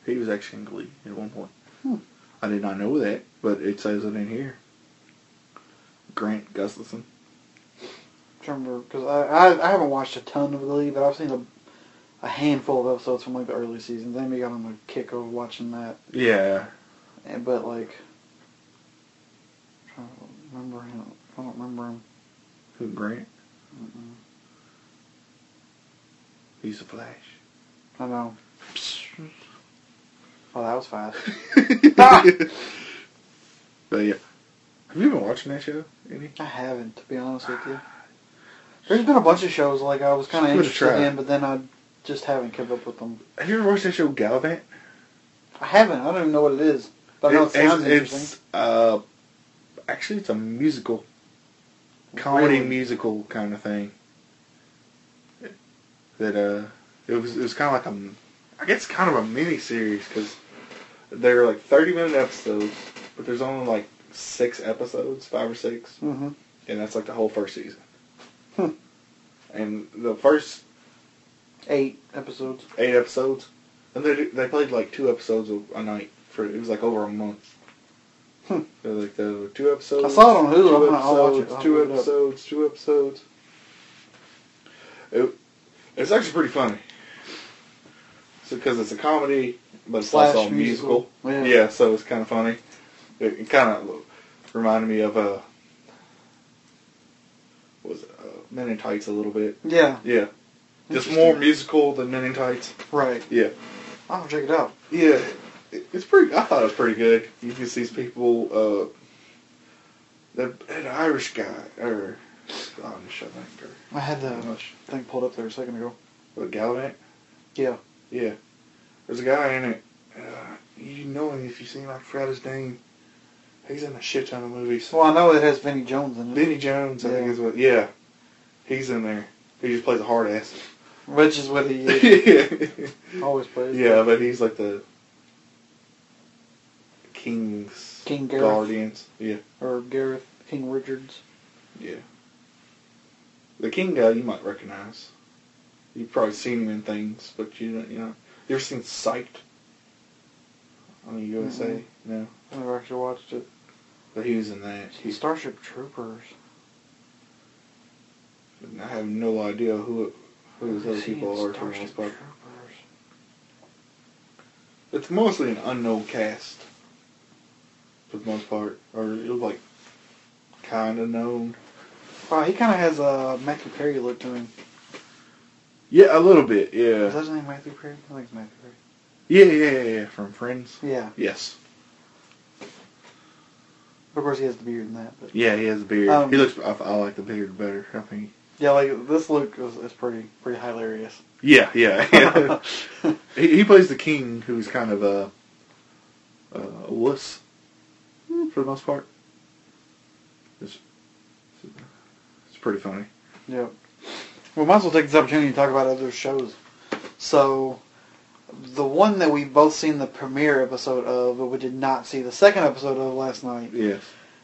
S4: he was actually in Glee at one point.
S1: Hmm.
S4: I did not know that, but it says it in here. Grant Gustafson.
S1: remember because I, I I haven't watched a ton of Glee, but I've seen a a handful of episodes from like the early seasons. I maybe got on a kick over watching that,
S4: Yeah.
S1: and, but like, i trying to remember him. I don't remember him.
S4: Who Grant?
S1: Mm-mm.
S4: He's the Flash.
S1: I know. Oh, that was fast.
S4: But yeah. Have you been watching that show? Any?
S1: I haven't, to be honest with you. There's been a bunch of shows like I was kind of
S4: Give it a
S1: interested
S4: try.
S1: in, but then I just haven't kept up with them.
S4: Have you ever watched that show Gallivant?
S1: I haven't. I don't even know what it is, but I know it,
S4: It's-
S1: sounds
S4: it's,
S1: interesting.
S4: it's, uh, actually, it's a musical, comedy
S1: Really?
S4: musical kind of thing. That uh, it was it was kind of like a, I guess kind of a mini series because they're like thirty minute episodes, but there's only like six episodes, five or six,
S1: Mm-hmm.
S4: and that's like the whole first season.
S1: Hmm.
S4: and the first
S1: Eight episodes.
S4: eight episodes, and they they played like two episodes a a night for it was like over a month.
S1: Hmm.
S4: They're like the two episodes.
S1: I saw it on Hulu.
S4: 2
S1: I'm gonna- I'll watch it.
S4: episodes,
S1: I'll
S4: Two
S1: look it up.
S4: episodes. Two episodes. It, it's actually pretty funny. So because it's a comedy, but it's
S1: Slash
S4: also a
S1: musical.
S4: musical.
S1: Yeah.
S4: so it's kind of funny. It, it kind of reminded me of uh, what was it, uh, Men in Tights a little bit.
S1: Yeah,
S4: Yeah, just
S1: Interesting.
S4: more musical than Men in Tights.
S1: right.
S4: Yeah.
S1: I'll check it out.
S4: Yeah, it- it's pretty. I thought it was pretty good. You can see these people. Uh, that an Irish guy or oh, Scottish, I think, or
S1: I had the
S4: English.
S1: thing pulled up there a second ago.
S4: What Gallivant?
S1: Yeah.
S4: Yeah. There's a guy in it. Uh, you know him if you see him. I forgot his name. He's in a shit ton of movies.
S1: Well, I know it has Vinnie Jones in it,
S4: Vinny Jones, I
S1: Yeah.
S4: think is what. Yeah, he's in there. He just plays a hard ass.
S1: which is what he
S4: yeah.
S1: always plays.
S4: Yeah, but he's like the king's
S1: King Gareth.
S4: guardians. Yeah,
S1: Or Gareth King Richards.
S4: yeah. The king guy you might recognize. You've probably seen him in things, but you don't. You know, you ever seen Psyched on the USA?
S1: Mm-mm.
S4: No,
S1: I never actually watched it.
S4: but he was in that. He,
S1: Starship Troopers.
S4: I have no idea who who those other
S1: Seen
S4: people are. for the
S1: Starship
S4: most part.
S1: Troopers.
S4: It's mostly an unknown cast for the most part, or it was like kind of known.
S1: Wow, Oh, he kind of has a Matthew Perry look to him.
S4: Yeah, a little bit. Yeah.
S1: Is that his name, Matthew Perry? I think it's Matthew Perry.
S4: Yeah, yeah, yeah, yeah. From Friends.
S1: Yeah.
S4: Yes.
S1: Of course, he has the beard and that. But
S4: Yeah, he has a beard.
S1: Um,
S4: he looks. I, I like the beard better. I think.
S1: yeah, like this look is, is pretty pretty hilarious.
S4: Yeah, yeah. yeah. he, he plays the king, who's kind of a, a wuss for the most part. It's, it's pretty funny.
S1: Yeah. We might as well take this opportunity to talk about other shows. So, the one that we both seen the premiere episode of, but we did not see the second episode of last night,
S4: Yes.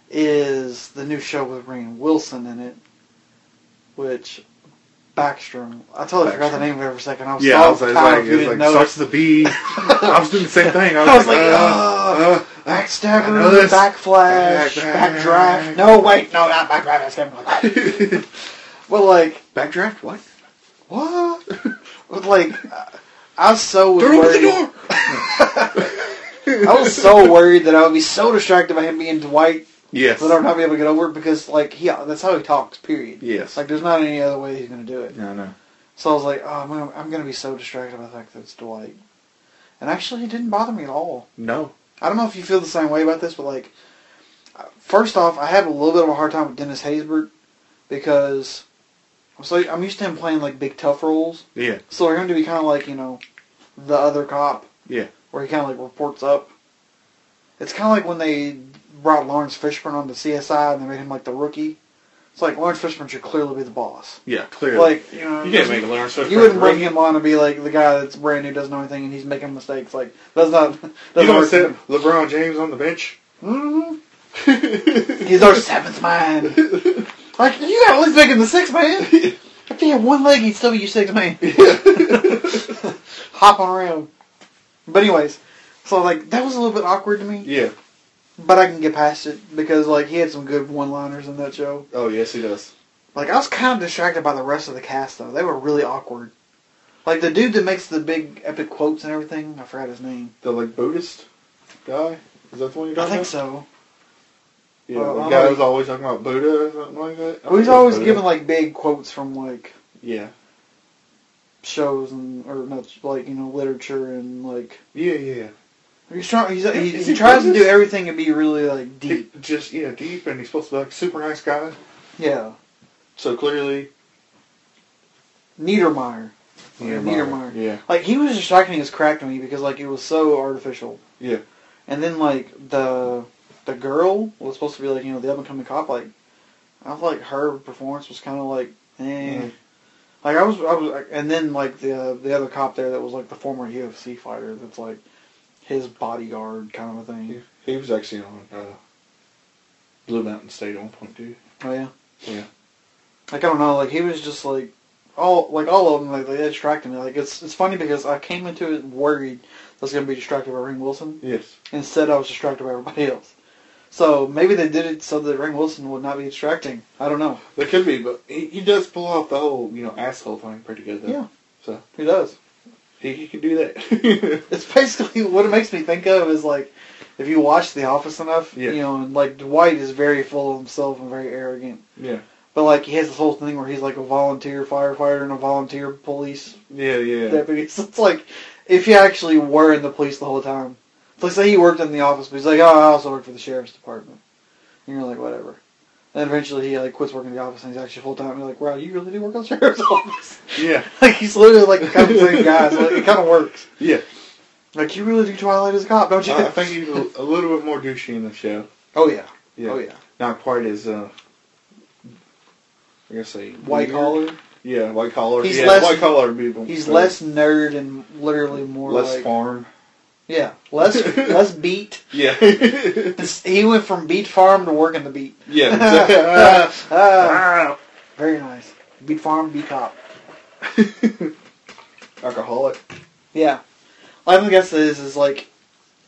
S1: is the new show with Rain Wilson in it, which Backstrom. I totally forgot the
S4: Backstrom.
S1: name of it for a second. I was
S4: yeah, I was
S1: so
S4: like, it's
S1: tired
S4: like,
S1: you didn't
S4: it's like
S1: notice.
S4: starts the bee. I was doing the same thing. I was,
S1: I was like,
S4: uh,
S1: "Ugh,
S4: uh, I know
S1: Backstabber,
S4: this.
S1: backflash,
S4: Backdraft.
S1: backdraft. No, wait, no, not backdraft. That's Kevin Conroy. But like,
S4: uh, Backdraft. What?
S1: what? But like, I I was so
S4: They're over
S1: worried.
S4: the door.
S1: I was so worried that I would be so distracted by him being Dwight
S4: Yes.
S1: that I would not be able to get over it because, like, he that's how he talks. Period.
S4: Yes.
S1: Like, there's not any other way he's going to do it.
S4: no, no.
S1: So I was like, oh, man, I'm going to be so distracted by the fact that it's Dwight. And actually, it didn't bother me at all.
S4: No.
S1: I don't know if you feel the same way about this, but like, uh, first off, I have a little bit of a hard time with Dennis Haysbert because I'm so I'm used to him playing like big tough roles.
S4: Yeah.
S1: So for him to be kind of like you know, the other cop.
S4: Yeah.
S1: Where he kind of like reports up. It's kind of like when they brought Lawrence Fishburne on the CSI and they made him like the rookie. It's like Lawrence Fishburne should clearly be the boss.
S4: Yeah, clearly.
S1: Like you know,
S6: You can't make a Lawrence Fishburne.
S1: you wouldn't bring
S6: rookie.
S1: him on to be like the guy that's brand new, doesn't know anything, and he's making mistakes. Like that's not. That's
S4: you
S1: not
S4: don't sit LeBron James on the bench.
S1: Mhm.
S4: Mm-hmm.
S1: He's our seventh man. Like you got at least make him the sixth man. If he had one leg, he'd still be your sixth man. Hopping around. But anyways, so like that was a little bit awkward to me,
S4: Yeah.
S1: but I can get past it because like he had some good one-liners in that show.
S6: Oh yes, he does.
S1: Like I was kind of distracted by the rest of the cast though; they were really awkward. Like the dude that makes the big epic quotes and everything, I forgot his name.
S4: The like Buddhist guy. Is that the one you're talking
S1: I think so.
S4: about? Yeah,
S1: Well,
S4: the
S1: I'm
S4: guy
S1: like-
S4: was always talking about Buddha or something like that. I
S1: Well, he's
S4: think it was
S1: always
S4: Buddha.
S1: giving like big quotes from like
S4: Yeah.
S1: shows and or not like you know literature and like
S4: Yeah, yeah.
S1: he's trying he's, he,
S4: Is
S1: he
S4: he
S1: tries to do
S4: Buddhist?
S1: everything and be really like
S4: He,
S1: deep
S4: just yeah, deep, and he's supposed to be like super nice guy.
S1: yeah
S4: So clearly,
S1: Niedermeyer Yeah, Niedermeyer.
S4: Yeah,
S1: like he was distracting as crack to me because like it was so artificial
S4: Yeah.
S1: and then like the the girl was supposed to be like you know the up and coming cop like I feel like her performance was kind of like eh.
S4: Mm.
S1: Like I was, I was, and then like the the other cop there that was like the former UFC fighter that's like his bodyguard kind of a thing.
S4: Yeah. he was actually on uh, Blue Mountain State at one point too.
S1: Oh yeah.
S4: Yeah.
S1: Like I don't know, like he was just like all like all of them like they distracted me. Like it's it's funny because I came into it worried I was gonna be distracted by Ring Wilson.
S4: Yes.
S1: Instead I was distracted by everybody else. So maybe they did it so that Ring Wilson would not be distracting. I don't know.
S4: There could be, but he, he does pull off the whole you know asshole thing pretty good though.
S1: Yeah.
S4: So
S1: He does.
S4: he, he can do that.
S1: It's basically what it makes me think of is like if you watch The Office enough,
S4: Yeah.
S1: you know, and like Dwight is very full of himself and very arrogant.
S4: yeah.
S1: But like he has this whole thing where he's like a volunteer firefighter and a volunteer police
S4: Yeah, yeah.
S1: deputies. It's like if he actually were in the police the whole time. It's like say he worked in the office, but he's like, oh, I also work for the sheriff's department. And you're like, whatever. And eventually he like quits working in the office and he's actually full time. And you're like, wow, you really do work in the sheriff's office?
S4: yeah.
S1: like he's literally like the kind of same guy. So like, it kind of works.
S4: Yeah.
S1: Like you really do Twilight as a cop, don't you?
S4: I I think he's a, a little bit more douchey in the show.
S1: oh yeah.
S4: Yeah.
S1: Oh yeah.
S4: Not quite as uh. I guess say
S1: White
S4: weird.
S1: collar.
S4: Yeah, white collar.
S1: He's
S4: yeah,
S1: less-
S4: white collar people.
S1: He's
S4: So,
S1: less nerd and literally more
S4: less
S1: like
S4: farm.
S1: yeah, less less beat.
S4: Yeah.
S1: This- He went from beat farm to working the beat.
S4: yeah. exactly. Ah,
S1: Ah.
S4: ah.
S1: Very nice. Beat farm, beat cop.
S4: Alcoholic.
S1: Yeah. I think that's is is like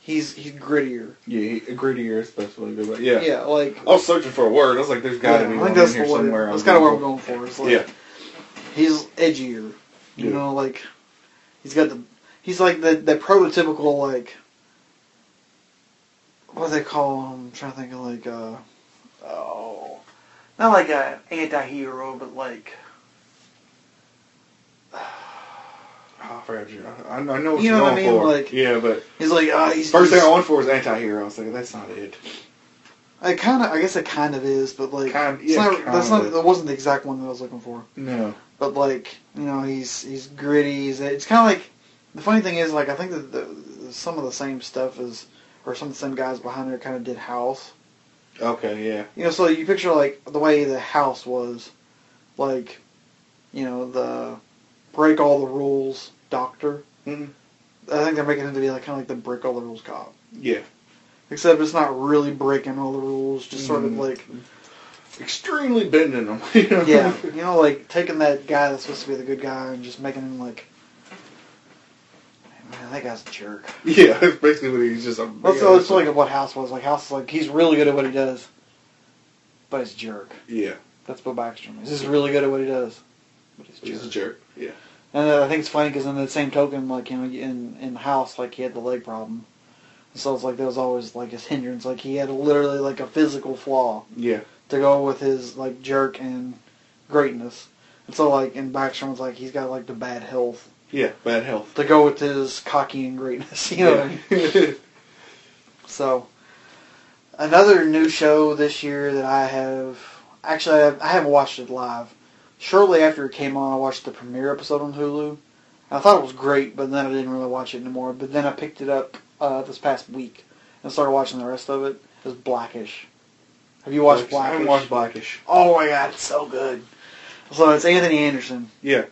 S1: he's he's grittier.
S4: Yeah, he, grittier is the best way to go. But yeah.
S1: Yeah, like
S4: I was searching for a word. I was like, "There's got to
S1: yeah,
S4: be
S1: I
S4: one
S1: think
S4: in
S1: that's
S4: here
S1: the way-
S4: somewhere." I
S1: That's
S4: was
S1: kind of what I'm
S4: looking
S1: going for. It's
S4: for.
S1: like
S4: Yeah.
S1: he's edgier. You
S4: Yeah.
S1: know, like he's got the he's like the the prototypical like what do they call him? I'm trying to think of like uh oh not like an anti-hero, but like
S4: Oh, I forgot you. I, I know what
S1: You
S4: you are
S1: know what
S4: going
S1: I mean?
S4: for.
S1: Like-
S4: yeah, but
S1: he's like ah he's
S4: first thing
S1: he's-
S4: I went for was anti-hero. I was like, "That's not it."
S1: I kind of, I guess it kind of is, but like,
S4: Kind-
S1: it's
S4: yeah,
S1: not,
S4: kind
S1: that's not,
S4: of.
S1: that wasn't the exact one that I was looking for.
S4: No.
S1: But like, you know, he's he's gritty. He's, it's kind of like the funny thing is like I think that the, some of the same stuff is, or some of the same guys behind there kind of did House.
S4: Okay. Yeah.
S1: You know, so you picture like the way the House was, like, you know, the break all the rules doctor.
S4: Mhm.
S1: I think they're making him to be like kind of like the break all the rules cop.
S4: Yeah.
S1: Except it's not really breaking all the rules, just sort of
S4: Mhm.
S1: like
S4: Extremely bending them. You know?
S1: Yeah, you know, like taking that guy that's supposed to be the good guy and just making him like, man, that guy's a jerk.
S4: yeah. That's basically what he's just. A
S1: That's, that's Oh, like what House was. Like House is like he's really good at what he does, but he's a jerk.
S4: Yeah.
S1: That's Bill Backstrom. He's just really good at what he does, but he's a
S4: He's
S1: jerk. uh,
S4: a jerk. Yeah.
S1: And I think it's funny because in that same token, like you know, in in House, like he had the leg problem. sounds like that was always like his hindrance. Like he had literally like a physical flaw
S4: Yeah.
S1: to go with his like jerk and greatness. And so like in Backstrom was like he's got like the bad health
S4: Yeah. Bad health.
S1: to go with his cocky and greatness. You know what I mean?
S4: Yeah.
S1: So, another new show this year that I have actually I have- I haven't watched it live. Shortly after it came on, I watched the premiere episode on Hulu. I thought it was great, but then I didn't really watch it anymore. But then I picked it up uh, this past week and started watching the rest of it. It's Blackish. Have you watched
S4: I
S1: Blackish?
S4: haven't watched Blackish.
S1: Oh my god, it's so good. So it's Anthony Anderson.
S4: Yeah.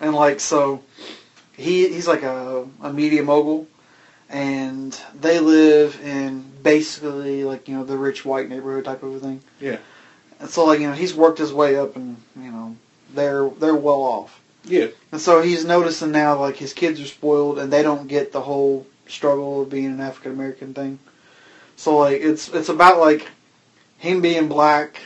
S1: And like so, he he's like a, a media mogul, and they live in basically like you know the rich white neighborhood type of a thing.
S4: Yeah.
S1: And so like you know he's worked his way up, and you know they're they're well off.
S4: Yeah.
S1: And so he's noticing now like his kids are spoiled, and they don't get the whole struggle of being an African American thing. So like it's it's about like him being black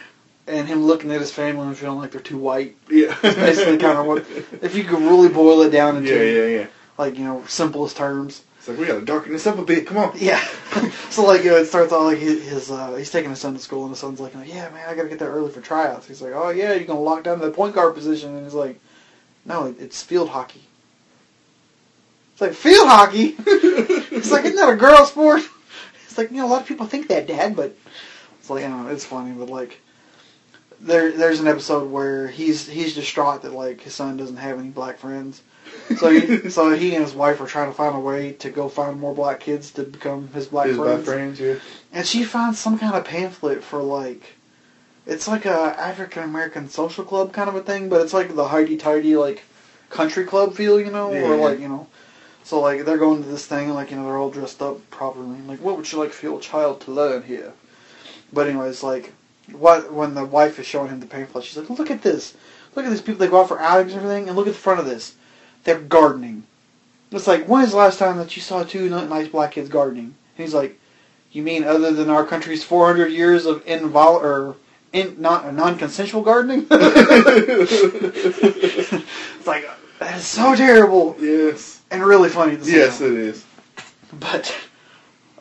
S1: and him looking at his family and feeling like they're too white.
S4: Yeah.
S1: It's basically kind of what if you could really boil it down into
S4: Yeah, yeah, yeah.
S1: like you know simplest terms.
S4: It's like we gotta darken this up a bit. Come on.
S1: Yeah. so like you know, it starts out like his, his uh, he's taking his son to school and his son's like, yeah man, I gotta get there early for tryouts. He's like, oh yeah, you're gonna lock down the point guard position, and he's like, no, it- it's field hockey. It's like field hockey. It's like isn't that a girl sport? It's like you know a lot of people think that, Dad, but it's like you know it's funny, but like there there's an episode where he's he's distraught that like his son doesn't have any black friends, so he, so he and his wife are trying to find a way to go find more black kids to become his black
S4: His
S1: friends.
S4: black friends, yeah.
S1: And she finds some kind of pamphlet for like it's like a African American social club kind of a thing, but it's like the Heidi tidy like country club feel, you know,
S4: Yeah,
S1: or
S4: yeah.
S1: like you know. So like they're going to this thing, and, like you know they're all dressed up properly. and, Like, what would you like for your child to learn here? But anyways, like what when the wife is showing him the pamphlet, she's like, look at this, look at these people. They go out for outings and everything, and look at the front of this. They're gardening. It's like when is the last time that you saw two n- nice black kids gardening? And he's like, you mean other than our country's 400 years of invol or in non non-consensual gardening? it's like that is so terrible
S4: Yes.
S1: and really funny. At the same
S4: Yes,
S1: time.
S4: it is.
S1: but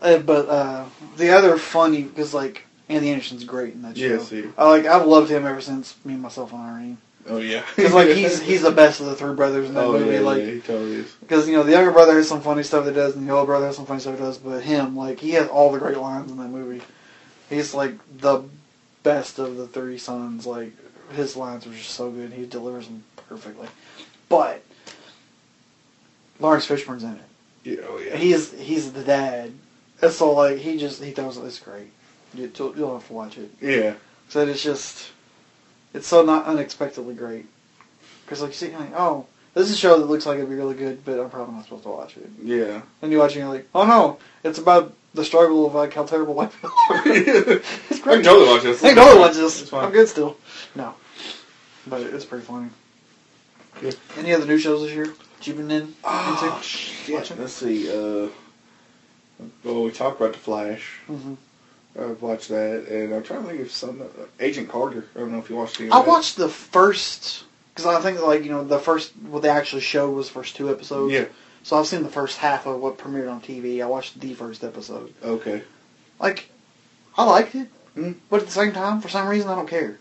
S1: uh, but uh, the other funny because like Andy Anderson's great in that show.
S4: Yes, he-
S1: I like I've loved him ever since me and myself and Irene
S4: Oh yeah.
S1: because like he's he's the best of the three brothers in that
S4: Oh
S1: movie.
S4: yeah,
S1: like
S4: yeah, he totally is.
S1: because you know the younger brother has some funny stuff that he does, and the older brother has some funny stuff he does. But him, like he has all the great lines in that movie. He's like the best of the three sons. Like his lines are just so good. He delivers them perfectly. But Lawrence Fishburne's in it.
S4: Yeah, oh yeah.
S1: He's he's the dad. And so like he just he throws it. It's great. You, you'll you'll have to watch it.
S4: yeah.
S1: So it's just, it's so not unexpectedly great. Because like you see, you're like, oh, this is a show that looks like it'd be really good, but I'm probably not supposed to watch it.
S4: Yeah.
S1: And you watch it, and you're like, oh no, it's about the struggle of like how terrible white people are. it's
S4: I
S1: great.
S4: can totally watch this.
S1: I can totally watch this.
S4: It's fine.
S1: I'm good still. No, but it's pretty funny.
S4: Yeah.
S1: Any other new shows this year? that You've been in?
S4: Oh,
S1: into?
S4: shit.
S1: Watching?
S4: Let's see. Uh, well, we talked about The Flash.
S1: Mhm.
S4: I've watched that, and I'm trying to think of some. uh, Agent Carter. I don't know if you watched any of
S1: I
S4: that.
S1: watched the first because I think like you know the first what they actually showed was the first two episodes.
S4: Yeah.
S1: So I've seen the first half of what premiered on TV. I watched the first episode.
S4: Okay.
S1: Like, I liked it,
S4: Mm.
S1: but at the same time, for some reason, I don't care.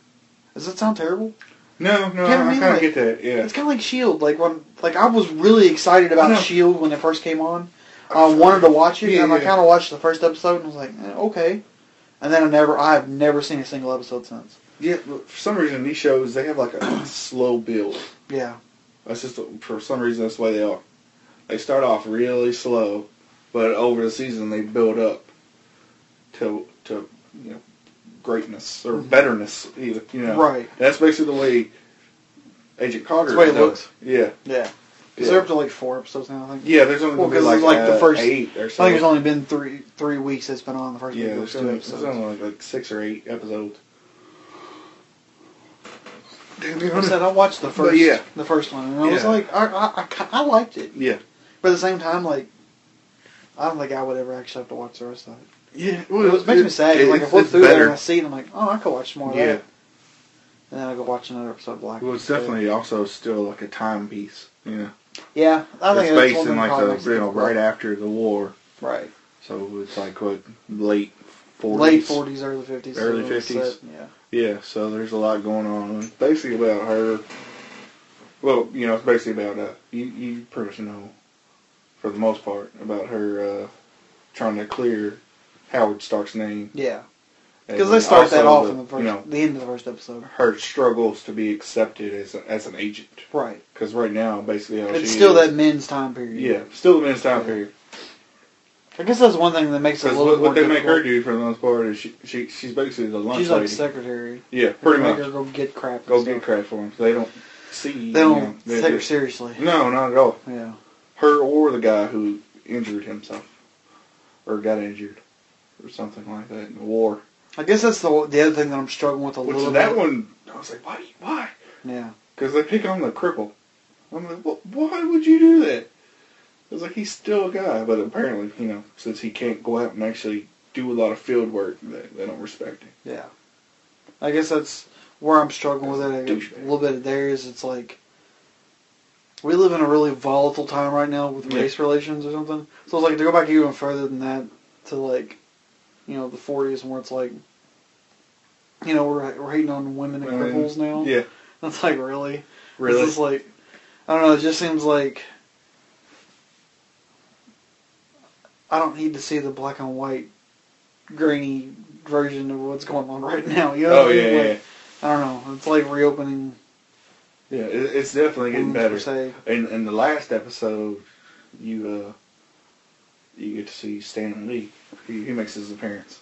S1: Does it sound terrible?
S4: No, no,
S1: Yeah, I
S4: I,
S1: mean,
S4: kind
S1: like-
S4: of get that. Yeah.
S1: It's kind of like Shield. E Like when, like I was really excited
S4: I
S1: about
S4: know.
S1: Shield E when it first came on. I wanted to watch it,
S4: Yeah,
S1: and I
S4: yeah.
S1: kind of watched the first episode, and was like, eh, okay. And then I never, I have never seen a single episode since.
S4: Yeah. But for some reason, these shows they have like a slow build.
S1: Yeah,
S4: That's just for some reason that's the way they are. They start off really slow, but over the season they build up to to you know greatness or
S1: Mhm.
S4: betterness even you know
S1: Right.
S4: That's basically the way Agent Carter
S1: That's the way it
S4: does.
S1: looks.
S4: Yeah,
S1: yeah.
S4: Yeah.
S1: Is there up to like four episodes now? I think.
S4: yeah. There's only
S1: Well,
S4: gonna be
S1: 'cause
S4: like,
S1: it's like the
S4: uh,
S1: first-
S4: eight or
S1: I think it's
S4: something.
S1: only been three three weeks. It's been on the first
S4: Yeah,
S1: week of
S4: there's
S1: two
S4: only, there's
S1: episodes.
S4: only like, like six or eight episodes.
S1: I said I watched the first,
S4: But yeah.
S1: the first one, and I was
S4: Yeah.
S1: like, I, I, I, ki- I liked it,
S4: Yeah,
S1: but at the same time, like, I don't think I would ever actually have to watch the rest of it.
S4: yeah.
S1: It was, makes me sad. 'cause, like, I flip
S4: it's
S1: through there
S4: better.
S1: and I see it, I'm like, oh, I could watch more of
S4: Yeah.
S1: that, and then I go watch another episode of Black.
S4: Well, it's definitely also still like a timepiece. You know,
S1: yeah. I think that's
S4: it's based
S1: one
S4: in
S1: thing
S4: like
S1: probably
S4: the
S1: makes it
S4: you know
S1: difficult.
S4: right after the war.
S1: right.
S4: So it's like what late forties.
S1: Late 40s, early 50s. is
S4: Early
S1: when it was
S4: 50s.
S1: set, Yeah.
S4: Yeah. So there's a lot going on. Basically about her. Well, you know, it's basically about uh, you. You pretty much know, for the most part, about her uh, trying to clear Howard Stark's name.
S1: Yeah.
S4: And
S1: Because they start that
S4: also
S1: off
S4: the-
S1: in the first,
S4: You know,
S1: the end of the first episode.
S4: her struggles to be accepted as a, as an agent.
S1: Right.
S4: Because right now, basically, how
S1: It's
S4: Oh, she
S1: still
S4: is-
S1: that men's time period.
S4: Yeah, still the men's time period.
S1: I guess that's one thing that makes it a
S4: Because
S1: little
S4: what,
S1: bit more
S4: what they make her
S1: difficult.
S4: do for the most part is she, she she's basically the lunch
S1: She's like
S4: lady.
S1: the secretary.
S4: yeah, pretty
S1: They make
S4: much.
S1: her go get crap. and
S4: Go
S1: stuff.
S4: get crap for them. They don't see.
S1: They
S4: you know,
S1: don't
S4: they-
S1: take her
S4: they-
S1: seriously.
S4: No, not at all.
S1: Yeah.
S4: Her or the guy who injured himself or got injured or something like that in the war.
S1: I guess that's the the other thing that I'm struggling with a
S4: Which
S1: little
S4: that
S1: bit.
S4: one, I was like, why? do you- Why?
S1: Yeah.
S4: Because they pick on the cripple. I'm like, well, why would you do that? I was like, he's still a guy, but apparently, you know, since he can't go out and actually do a lot of field work, they, they don't respect him.
S1: Yeah. I guess that's where I'm struggling with it. I guess
S4: Douchebag.
S1: A little bit of theirs. It's like we live in a really volatile time right now with
S4: Yeah.
S1: race relations or something. So it's like to go back even further than that to like you know the 40s where it's like you know we're we're hating on women and
S4: Um,
S1: cripples now.
S4: Yeah,
S1: That's like really.
S4: really.
S1: It's just like I don't know. It just seems like I don't need to see the black and white, grainy version of what's going on right now. You know what I
S4: oh
S1: mean?
S4: yeah,
S1: Like,
S4: yeah,
S1: I don't know. It's like reopening.
S4: yeah. It, it's definitely getting
S1: wounds, Per
S4: better.
S1: se.
S4: In in the last episode, you uh, you get to see Stan Lee. He, he makes his appearance.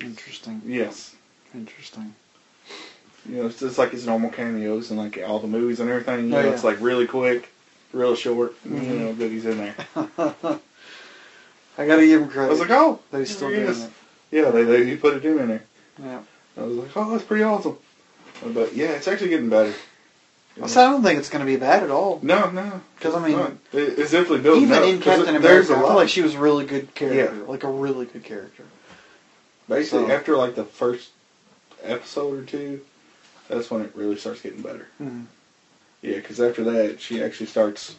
S1: Interesting.
S4: Yes,
S1: Interesting.
S4: you know, it's just like his normal cameos and like all the movies and everything. You
S1: Oh,
S4: know,
S1: yeah.
S4: it's like really quick, real short. You
S1: Mhm.
S4: know, but he's in there.
S1: I gotta give him
S4: I
S1: credit.
S4: was like, oh,
S1: that he's still
S4: there he is.
S1: doing it.
S4: Yeah, they, they he put it in there.
S1: Yeah.
S4: I was like, oh, that's pretty awesome. But yeah, it's actually getting better.
S1: So I don't think it's gonna be bad at all.
S4: No, no,
S1: 'Cause, I mean,
S4: no, it, it's definitely building
S1: Even
S4: up,
S1: in
S4: 'cause
S1: Captain
S4: it- there's
S1: America, I
S4: a
S1: feel
S4: lot.
S1: like she was a really good character, like a really good character.
S4: Basically,
S1: So-
S4: after like the first episode or two, that's when it really starts getting better.
S1: Mhm.
S4: Yeah, because after that, she actually starts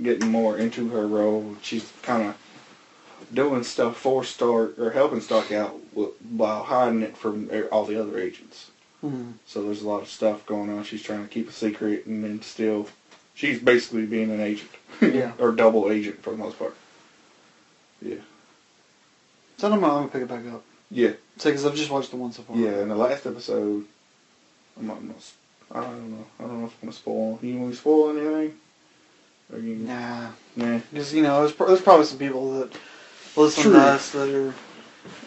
S4: getting more into her role. She's kind of doing stuff for Stark or helping Stark out wh- while hiding it from e- all the other agents.
S1: Mhm.
S4: So there's a lot of stuff going on. She's trying to keep a secret, and then still, she's basically being an agent,
S1: Yeah.
S4: or double agent for the most part.
S1: So I'm gonna, I'm gonna pick it back up.
S4: Yeah,
S1: So, because I've just watched the one so far.
S4: yeah. In the last episode, I'm not, I'm not, s- I don't know. I don't know if I'm gonna spoil. You want me to spoil anything? Or you,
S1: Nah,
S4: Nah.
S1: because you know, there's, pro- there's probably some people that listen
S4: True.
S1: to us that are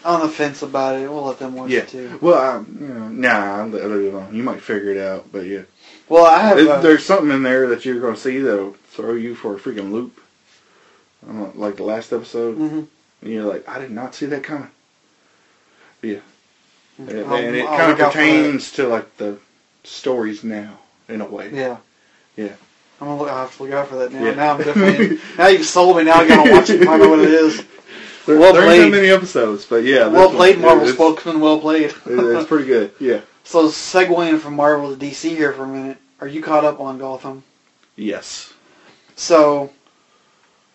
S1: on the fence about it. We'll let them watch
S4: Yeah.
S1: it too.
S4: Well, I, you know, nah. I'll, I'll leave it alone. You might figure it out, but yeah,
S1: Well, I have.
S4: There-
S1: uh,
S4: there's something in there that you're gonna see that'll throw you for a freaking loop. I'm not- like the last episode,
S1: mhm.
S4: and you're like, I did not see that coming. And,
S1: I'll-
S4: and it
S1: I'll
S4: kind of
S1: look out for that.
S4: pertains to like the stories now in a way.
S1: Yeah.
S4: Yeah.
S1: I'm gonna look, I have to look out for that now.
S4: Yeah.
S1: Now I'm definitely in- now you've sold me. Now I gotta watch it and find out what it is.
S4: There,
S1: Well
S4: there ain't
S1: played.
S4: that many episodes, but yeah.
S1: well
S4: this one-
S1: played, Marvel
S4: it's-
S1: spokesman. Well played.
S4: it- It's pretty good. Yeah.
S1: so segueing from Marvel to DC here for a minute. Are you caught up on Gotham?
S4: Yes.
S1: So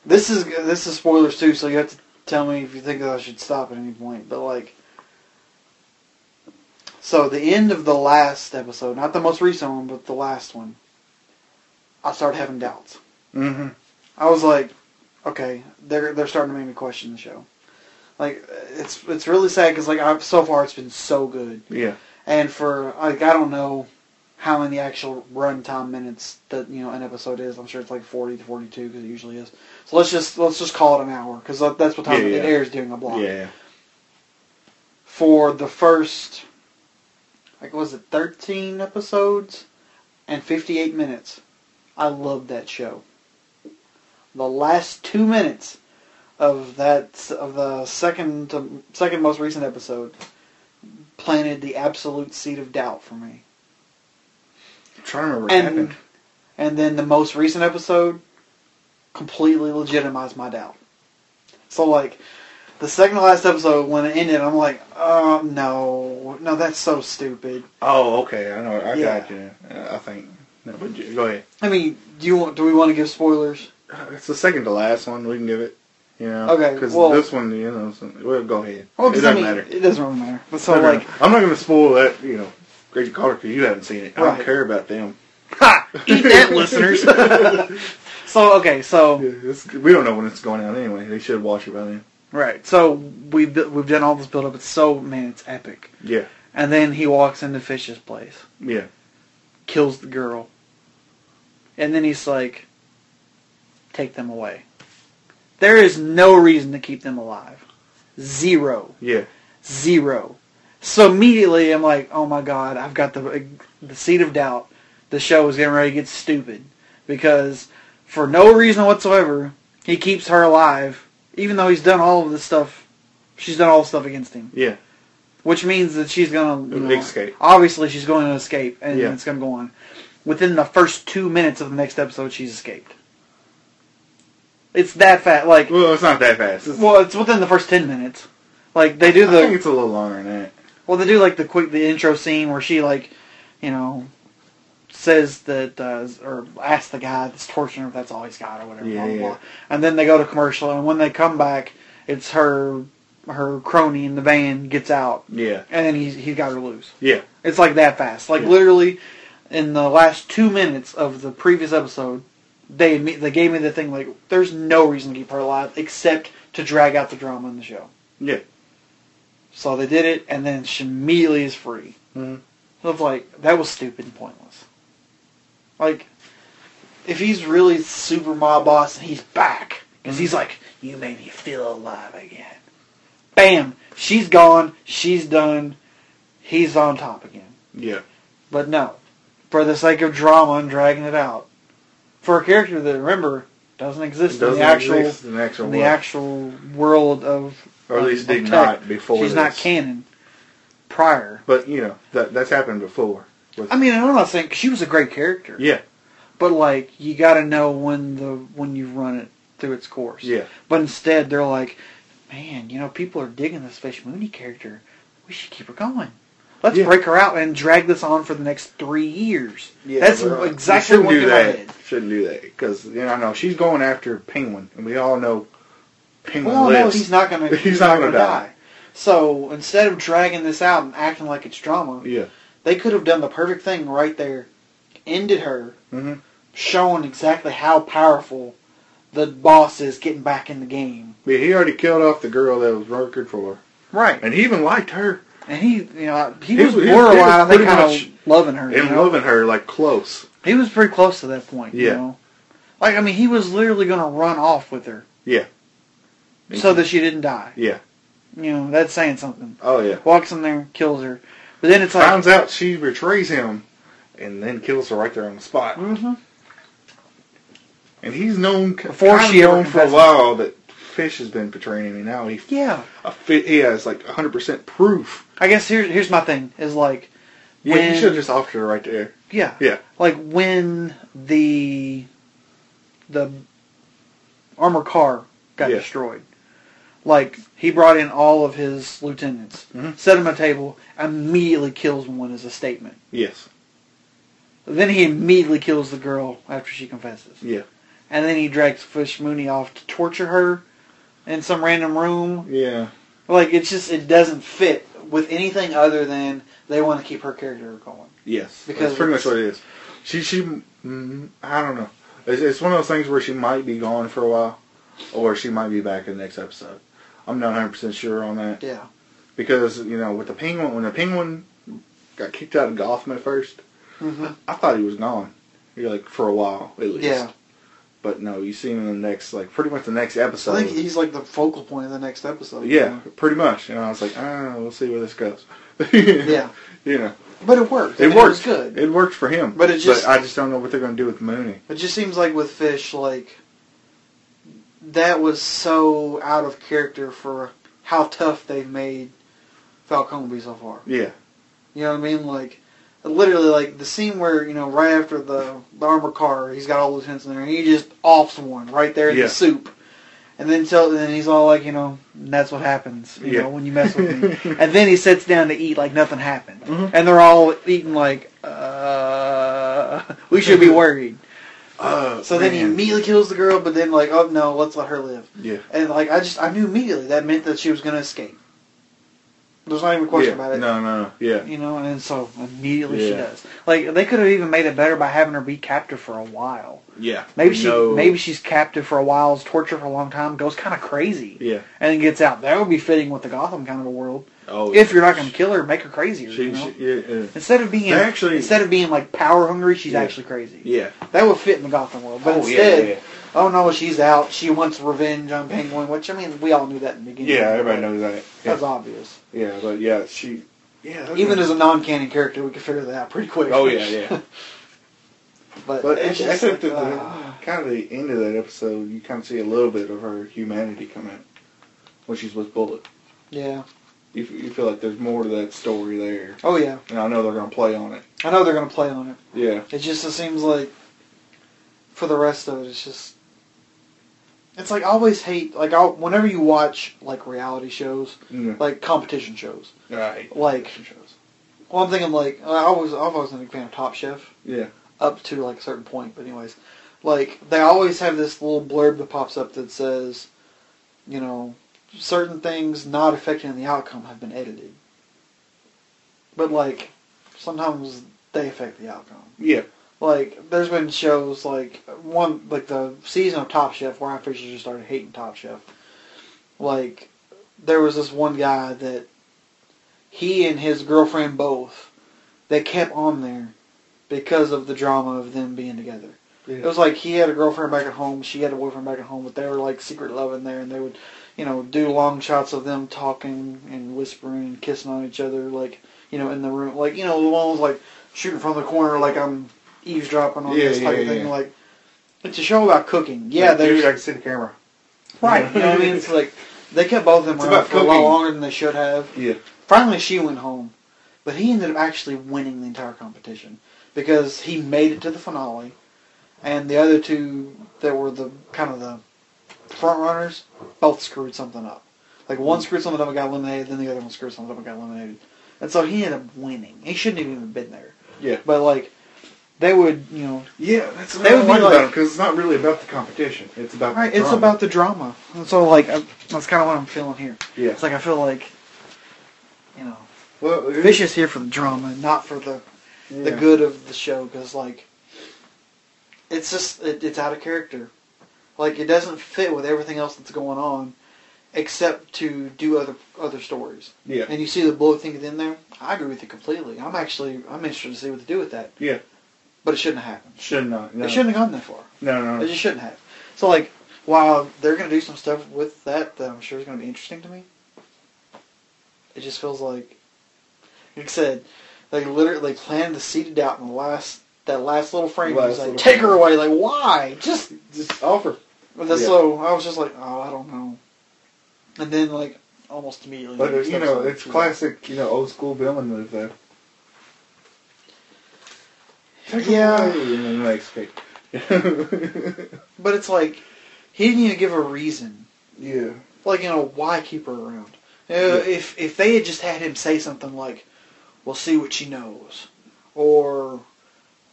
S1: this is this is spoilers too. So you have to tell me if you think that I should stop at any point. But like, so the end of the last episode, not the most recent one, but the last one, I started having doubts.
S4: Mm-hmm.
S1: I was like, okay, they're they're starting to make me question the show. Like it's it's really sad because like I've, so far it's been so good,
S4: Yeah.
S1: and for like I don't know how many actual runtime minutes that you know an episode is. I'm sure it's like 40 to 42 because it usually is. So let's just let's just call it an hour because that's what time
S4: Yeah,
S1: it
S4: yeah.
S1: airs during a block.
S4: Yeah.
S1: For the first, like was it 13 episodes and 58 minutes? I loved that show. The last two minutes of that of the second to, second most recent episode planted the absolute seed of doubt for me.
S4: I'm trying to remember what
S1: And-
S4: happened.
S1: And then the most recent episode completely legitimized my doubt. So like the second to last episode when it ended, I'm like, oh no, no, that's so stupid.
S4: Oh, okay. I know. I
S1: Yeah.
S4: got you. Uh, I think. No, but you- go ahead.
S1: I mean, do you want? Do we want to give spoilers?
S4: Uh, It's the second to last one. We can give it. Yeah.
S1: Okay,
S4: Because
S1: well-
S4: this one, you know, so, well, go ahead.
S1: Well,
S4: it
S1: 'cause,
S4: doesn't
S1: I mean,
S4: matter.
S1: It doesn't really matter. But so
S4: No, no, no.
S1: like,
S4: I'm not going to spoil that, you know, Crazy Caller because you haven't seen it. I
S1: Right.
S4: don't care about them.
S1: eat that, listeners. so okay, so
S4: Yeah, it's- we don't know when it's going out anyway. They should watch it by then.
S1: right, so we've we've done all this build up. It's so man, it's epic.
S4: Yeah.
S1: And then he walks into Fish's place,
S4: Yeah.
S1: kills the girl, and then he's like, "Take them away." There is no reason to keep them alive. Zero.
S4: Yeah.
S1: zero. So immediately I'm like, oh my god, I've got the the seed of doubt. The show is getting ready to get stupid because for no reason whatsoever he keeps her alive, even though he's done all of this stuff. She's done all the stuff against him,
S4: Yeah.
S1: which means that she's gonna you know,
S4: Escape.
S1: Obviously, she's going to escape, and
S4: Yeah.
S1: it's gonna go on. Within the first two minutes of the next episode, she's escaped. It's that fat, like
S4: Well, it's not that fast. It's,
S1: well, it's within the first ten minutes. Like they do
S4: I
S1: the
S4: think it's a little longer than that.
S1: well, they do like the quick the intro scene where she like, you know, says that uh, or asks the guy that's torturing her if that's all he's got or whatever. blah, blah,
S4: Yeah.
S1: blah. And then they go to commercial, and when they come back, it's her her crony in the van gets out,
S4: Yeah.
S1: and then he's he's got her loose.
S4: Yeah.
S1: It's like that fast. Like
S4: Yeah.
S1: literally, in the last two minutes of the previous episode, they admi- they gave me the thing like there's no reason to keep her alive except to drag out the drama in the show.
S4: Yeah.
S1: So they did it, and then she immediately is free.
S4: Mhm.
S1: So it's like that was stupid and pointless. Like, if he's really super mob boss and he's back, because
S4: Mm-hmm.
S1: he's like, you made me feel alive again. Bam, she's gone, she's done, he's on top again.
S4: Yeah.
S1: But no, for the sake of drama and dragging it out, for a character that remember doesn't exist
S4: It doesn't
S1: in the actual
S4: exist in the actual
S1: in the
S4: world.
S1: actual world of
S4: Or at least
S1: of
S4: did
S1: tech.
S4: not before
S1: she's not
S4: this.
S1: canon prior.
S4: But you know that that's happened before. With,
S1: I mean, I'm not saying she was a great character,
S4: yeah,
S1: but like you got to know when the when you run it through its course.
S4: yeah,
S1: But instead, they're like, man, you know, people are digging this Fish Mooney character. We should keep her going. Let's
S4: Yeah.
S1: break her out and drag this on for the next three years.
S4: yeah.
S1: That's
S4: but, uh,
S1: exactly
S4: you
S1: what
S4: shouldn't do
S1: they
S4: that.
S1: did.
S4: Shouldn't do that because you know I know she's going after Penguin, and we all know Penguin
S1: Well, no,
S4: lives.
S1: he's not going to.
S4: He's not gonna die.
S1: So instead of dragging this out and acting like it's drama,
S4: Yeah,
S1: they could have done the perfect thing right there, ended her,
S4: Mhm.
S1: showing exactly how powerful the boss is getting back in the game.
S4: but he already killed off the girl that was working for her,
S1: Right,
S4: and he even liked her
S1: and he, you know, he,
S4: He
S1: was
S4: was- he was- he was
S1: borderline. I think
S4: pretty
S1: kind
S4: much
S1: of loving her. You
S4: and
S1: know?
S4: loving her like close.
S1: He was pretty close to that point. You
S4: Yeah.
S1: know? Like I mean, he was literally going to run off with her.
S4: Yeah.
S1: So that she didn't die.
S4: Yeah.
S1: You know, that's saying something.
S4: Oh yeah.
S1: Walks in there, kills her, but then it's like
S4: Finds out she betrays him, and then kills her right there on the spot.
S1: Mhm.
S4: And he's known
S1: Before
S4: before kind
S1: she
S4: she
S1: ever
S4: known for a
S1: confesses.
S4: while that Fish has been betraying him, and now he
S1: yeah.
S4: a fi- he has like 100% proof.
S1: I guess here's here's my thing is like
S4: Yeah,
S1: When-
S4: he should have just offered her right there.
S1: Yeah.
S4: Yeah.
S1: Like when the the armored car got
S4: Yeah.
S1: destroyed. Like he brought in all of his lieutenants,
S4: Mhm.
S1: set him a table, immediately kills one as a statement.
S4: Yes.
S1: Then he immediately kills the girl after she confesses.
S4: Yeah.
S1: And then he drags Fish Mooney off to torture her in some random room.
S4: Yeah.
S1: Like it's just it doesn't fit with anything other than they want to keep her character going.
S4: Yes.
S1: Because
S4: That's pretty
S1: it's-
S4: much what it is. She she mm, I don't know. It's, it's one of those things where she might be gone for a while, or she might be back in the next episode. I'm not 100 percent sure on that
S1: Yeah.
S4: because you know with the penguin when the penguin got kicked out of Gotham at 1st
S1: Mhm.
S4: I thought he was gone. You're like for a while at least.
S1: Yeah.
S4: But no, you see him in the next like pretty much the next episode.
S1: I think he's like the focal point of the next episode.
S4: Yeah, pretty much. And I was like, ah, we'll see where this goes.
S1: Yeah.
S4: You know,
S1: But it worked.
S4: it
S1: and
S4: worked.
S1: was good.
S4: It worked for him.
S1: But it just-
S4: I just don't know what they're going to do with Mooney.
S1: It just seems like with Fish, like that was so out of character for how tough they've made Falcone be so far.
S4: Yeah.
S1: You know what I mean? Like literally, like the scene where you know right after the the armored car, he's got all the tents in there, and he just offs one right there in
S4: Yeah.
S1: the soup. And then tell, and then he's all like, you know, that's what happens, you
S4: Yeah.
S1: know, when you mess with me. and then he sits down to eat like nothing happened,
S4: Mhm.
S1: and they're all eating like, uh, we should be worried.
S4: Uh,
S1: So then he
S4: man.
S1: immediately kills the girl, but then like, oh no, let's let her live.
S4: Yeah.
S1: And like, I just I knew immediately that meant that she was gonna escape. There's not even a question
S4: yeah.
S1: about it.
S4: No, no, no. Yeah.
S1: You know, and so immediately she
S4: Yeah.
S1: does. Like they could have even made it better by having her be captive for a while.
S4: Yeah.
S1: Maybe she
S4: No.
S1: maybe she's captive for a while, is tortured for a long time, goes kind of crazy,
S4: Yeah.
S1: and then gets out. That would be fitting with the Gotham kind of a world.
S4: Oh.
S1: If you're not going to kill her, make her crazier.
S4: She,
S1: you know?
S4: she, yeah, yeah.
S1: instead of being
S4: They actually-
S1: instead of being like power hungry, she's
S4: Yeah.
S1: actually crazy.
S4: Yeah.
S1: That would fit in the Gotham world. But
S4: Oh, yeah,
S1: instead,
S4: yeah, yeah.
S1: oh no, she's out. She wants revenge on Penguin, which I mean, we all knew that in the beginning.
S4: Yeah, everybody knows that.
S1: That's
S4: Yeah,
S1: obvious.
S4: yeah but yeah, she. Yeah. that
S1: Even
S4: was-
S1: as a non-canon character, we could figure that out pretty quick.
S4: Oh yeah, yeah.
S1: but,
S4: But
S1: it's
S4: it's, I
S1: just
S4: think
S1: like,
S4: that the
S1: ah.
S4: kind of the end of that episode, you kind of see a little bit of her humanity come out when she's with Bullet.
S1: yeah.
S4: You, f- you feel like there's more to that story there,
S1: Oh yeah.
S4: and I know they're gonna play on it.
S1: I know they're going to play on it.
S4: Yeah.
S1: It just it seems like for the rest of it, it's just it's like I always hate like I whenever you watch like reality shows,
S4: Mm.
S1: like competition shows.
S4: Right.
S1: Like-
S4: shows.
S1: Well, I'm thinking like I was I've always been a big fan of Top Chef
S4: Yeah.
S1: up to like a certain point, but anyways, like they always have this little blurb that pops up that says, you know, certain things not affecting the outcome have been edited. But like sometimes they affect the outcome.
S4: Yeah.
S1: like there's been shows like one like the season of Top Chef where I officially just started hating Top Chef. Like there was this one guy that he and his girlfriend both they kept on there because of the drama of them being together. It was like he had a girlfriend back at home, she had a boyfriend back at home, but they were like secret loving there, and they would, you know, do long shots of them talking and whispering and kissing on each other, like you know, in the room, like you know, the ones like shooting from the corner, like I'm eavesdropping on
S4: Yeah,
S1: this type
S4: yeah,
S1: of thing.
S4: yeah.
S1: Like it's a show about cooking. Yeah,
S4: Like, dude, I
S1: there's
S4: can see the camera.
S1: right. You know what I mean? It's like they kept both of them
S4: It's
S1: around
S4: about
S1: for a lot
S4: cooking.
S1: longer than they should have.
S4: Yeah.
S1: Finally, she went home, but he ended up actually winning the entire competition because he made it to the finale, and the other two that were the kind of the front runners both screwed something up. Like one screwed something up and got eliminated, then the other one screwed something up and got eliminated, and so he ended up winning. He shouldn't have even been there.
S4: Yeah.
S1: But like, they would, you know,
S4: Yeah, that's what
S1: They
S4: I
S1: would
S4: like
S1: be
S4: about
S1: like-
S4: them because it's not really about the competition. It's about
S1: right?
S4: the
S1: It's
S4: drama.
S1: about the drama, and so like I, that's kind of what I'm feeling here.
S4: yeah.
S1: It's like I feel like, you know,
S4: well, it-
S1: Fish is here for the drama, not for the
S4: yeah.
S1: the good of the show because like it's just it, it's out of character like it doesn't fit with everything else that's going on except to do other other stories
S4: Yeah.
S1: and you see the bullet thing in there i agree with you completely i'm actually i'm interested to see what to do with that
S4: Yeah.
S1: but it shouldn't have happened
S4: Should not. No.
S1: it shouldn't have gone that far
S4: No, no,
S1: it
S4: no.
S1: just shouldn't have so like while they're going to do some stuff with that that i'm sure is going to be interesting to me it just feels like like i said they literally planned to seed it out in the last that last little frame
S4: Last
S1: it was like
S4: little
S1: take her
S4: frame.
S1: away like why just
S4: Just offer.
S1: but that's
S4: Yeah.
S1: so i was just like oh i don't know and then like almost immediately
S4: But
S1: next
S4: you know,
S1: episode,
S4: it's classic. You know, old school villain move though. Take it
S1: Yeah.
S4: away, And then they escape.
S1: but it's like he didn't even give a reason
S4: yeah.
S1: like you know why keep her around you
S4: Yeah.
S1: know, if if they had just had him say something like we'll see what she knows or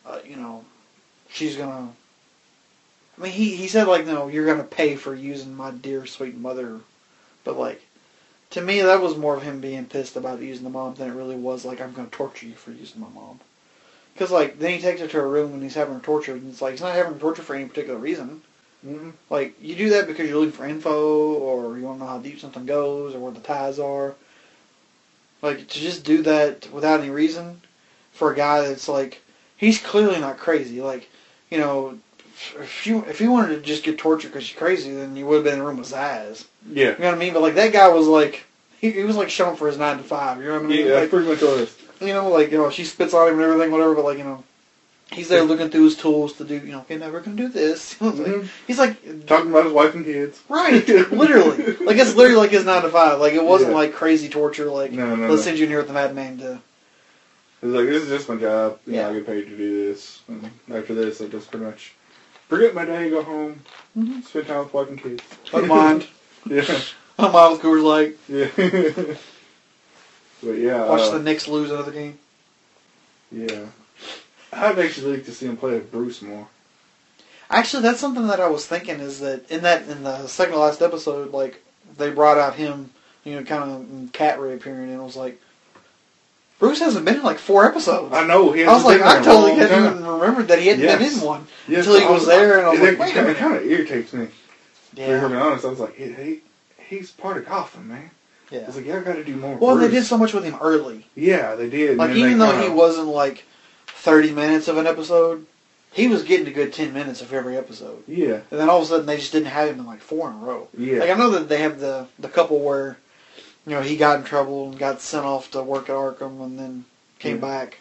S1: uh, you know she's gonna i mean he, he said like no you're gonna pay for using my dear sweet mother but like to me that was more of him being pissed about using the mom than it really was like i'm gonna torture you for using my mom because like then he takes her to her room and he's having her tortured and it's like he's not having her tortured for any particular reason
S4: mm
S1: like you do that because you're looking for info or you want to know how deep something goes or where the ties are. Like to just do that without any reason for a guy that's like he's clearly not crazy. Like you know, if you if he wanted to just get tortured because you're crazy, then you would have been in a room with Zaz.
S4: Yeah.
S1: You know what I mean? But like that guy was like he, he was like shown for his nine to five. You know what I mean?
S4: Yeah, that's
S1: Like,
S4: pretty much all it is.
S1: you know, like you know, she spits on him and everything, whatever. But like you know, he's there looking through his tools to do. You know, okay, now we're gonna do this.
S4: Mhm.
S1: He's like
S4: Talking about his wife and kids.
S1: Right, literally. Like it's literally like his nine to five. Like it wasn't
S4: Yeah.
S1: like crazy torture. Like
S4: No, no,
S1: let's
S4: no.
S1: send you in here with the madman to.
S4: He's like, this is just my job. You know,
S1: Yeah.
S4: I get paid to do this. And after this, I just pretty much forget my day, go home, spend time with wife and kids.
S1: Unwind.
S4: Yeah.
S1: Unwind with Coors Light.
S4: Yeah. but yeah.
S1: Watch
S4: uh,
S1: the Knicks lose another game.
S4: Yeah. I'd actually like to see him play with Bruce more.
S1: Actually, that's something that I was thinking is that in that in the second to last episode, like they brought out him, you know, kind of cat reappearing, and I was like, Bruce hasn't been in like four episodes.
S4: I know. He
S1: I was like,
S4: hasn't
S1: I
S4: been there in a
S1: totally
S4: long
S1: hadn't
S4: time.
S1: even remembered that he hadn't
S4: Yes.
S1: been in one
S4: Yes,
S1: until he
S4: I
S1: was there, and I was like,
S4: it-
S1: wait a
S4: it,
S1: minute.
S4: kind of irritates me. To be
S1: Yeah,
S4: honest, I was like, he, he, he's part of Gotham, man. I
S1: yeah.
S4: was like, yeah, I got to do more.
S1: Well, they
S4: Bruce.
S1: did so much with him early.
S4: Yeah, they did. and
S1: Like
S4: then
S1: even
S4: they
S1: though
S4: kinda-
S1: he wasn't like thirty minutes of an episode, he was getting a good ten minutes of every episode.
S4: Yeah,
S1: And then all of a sudden they just didn't have him in like four in a row.
S4: yeah.
S1: Like I know that they have the the couple where, you know, he got in trouble and got sent off to work at Arkham and then came
S4: Yeah.
S1: back,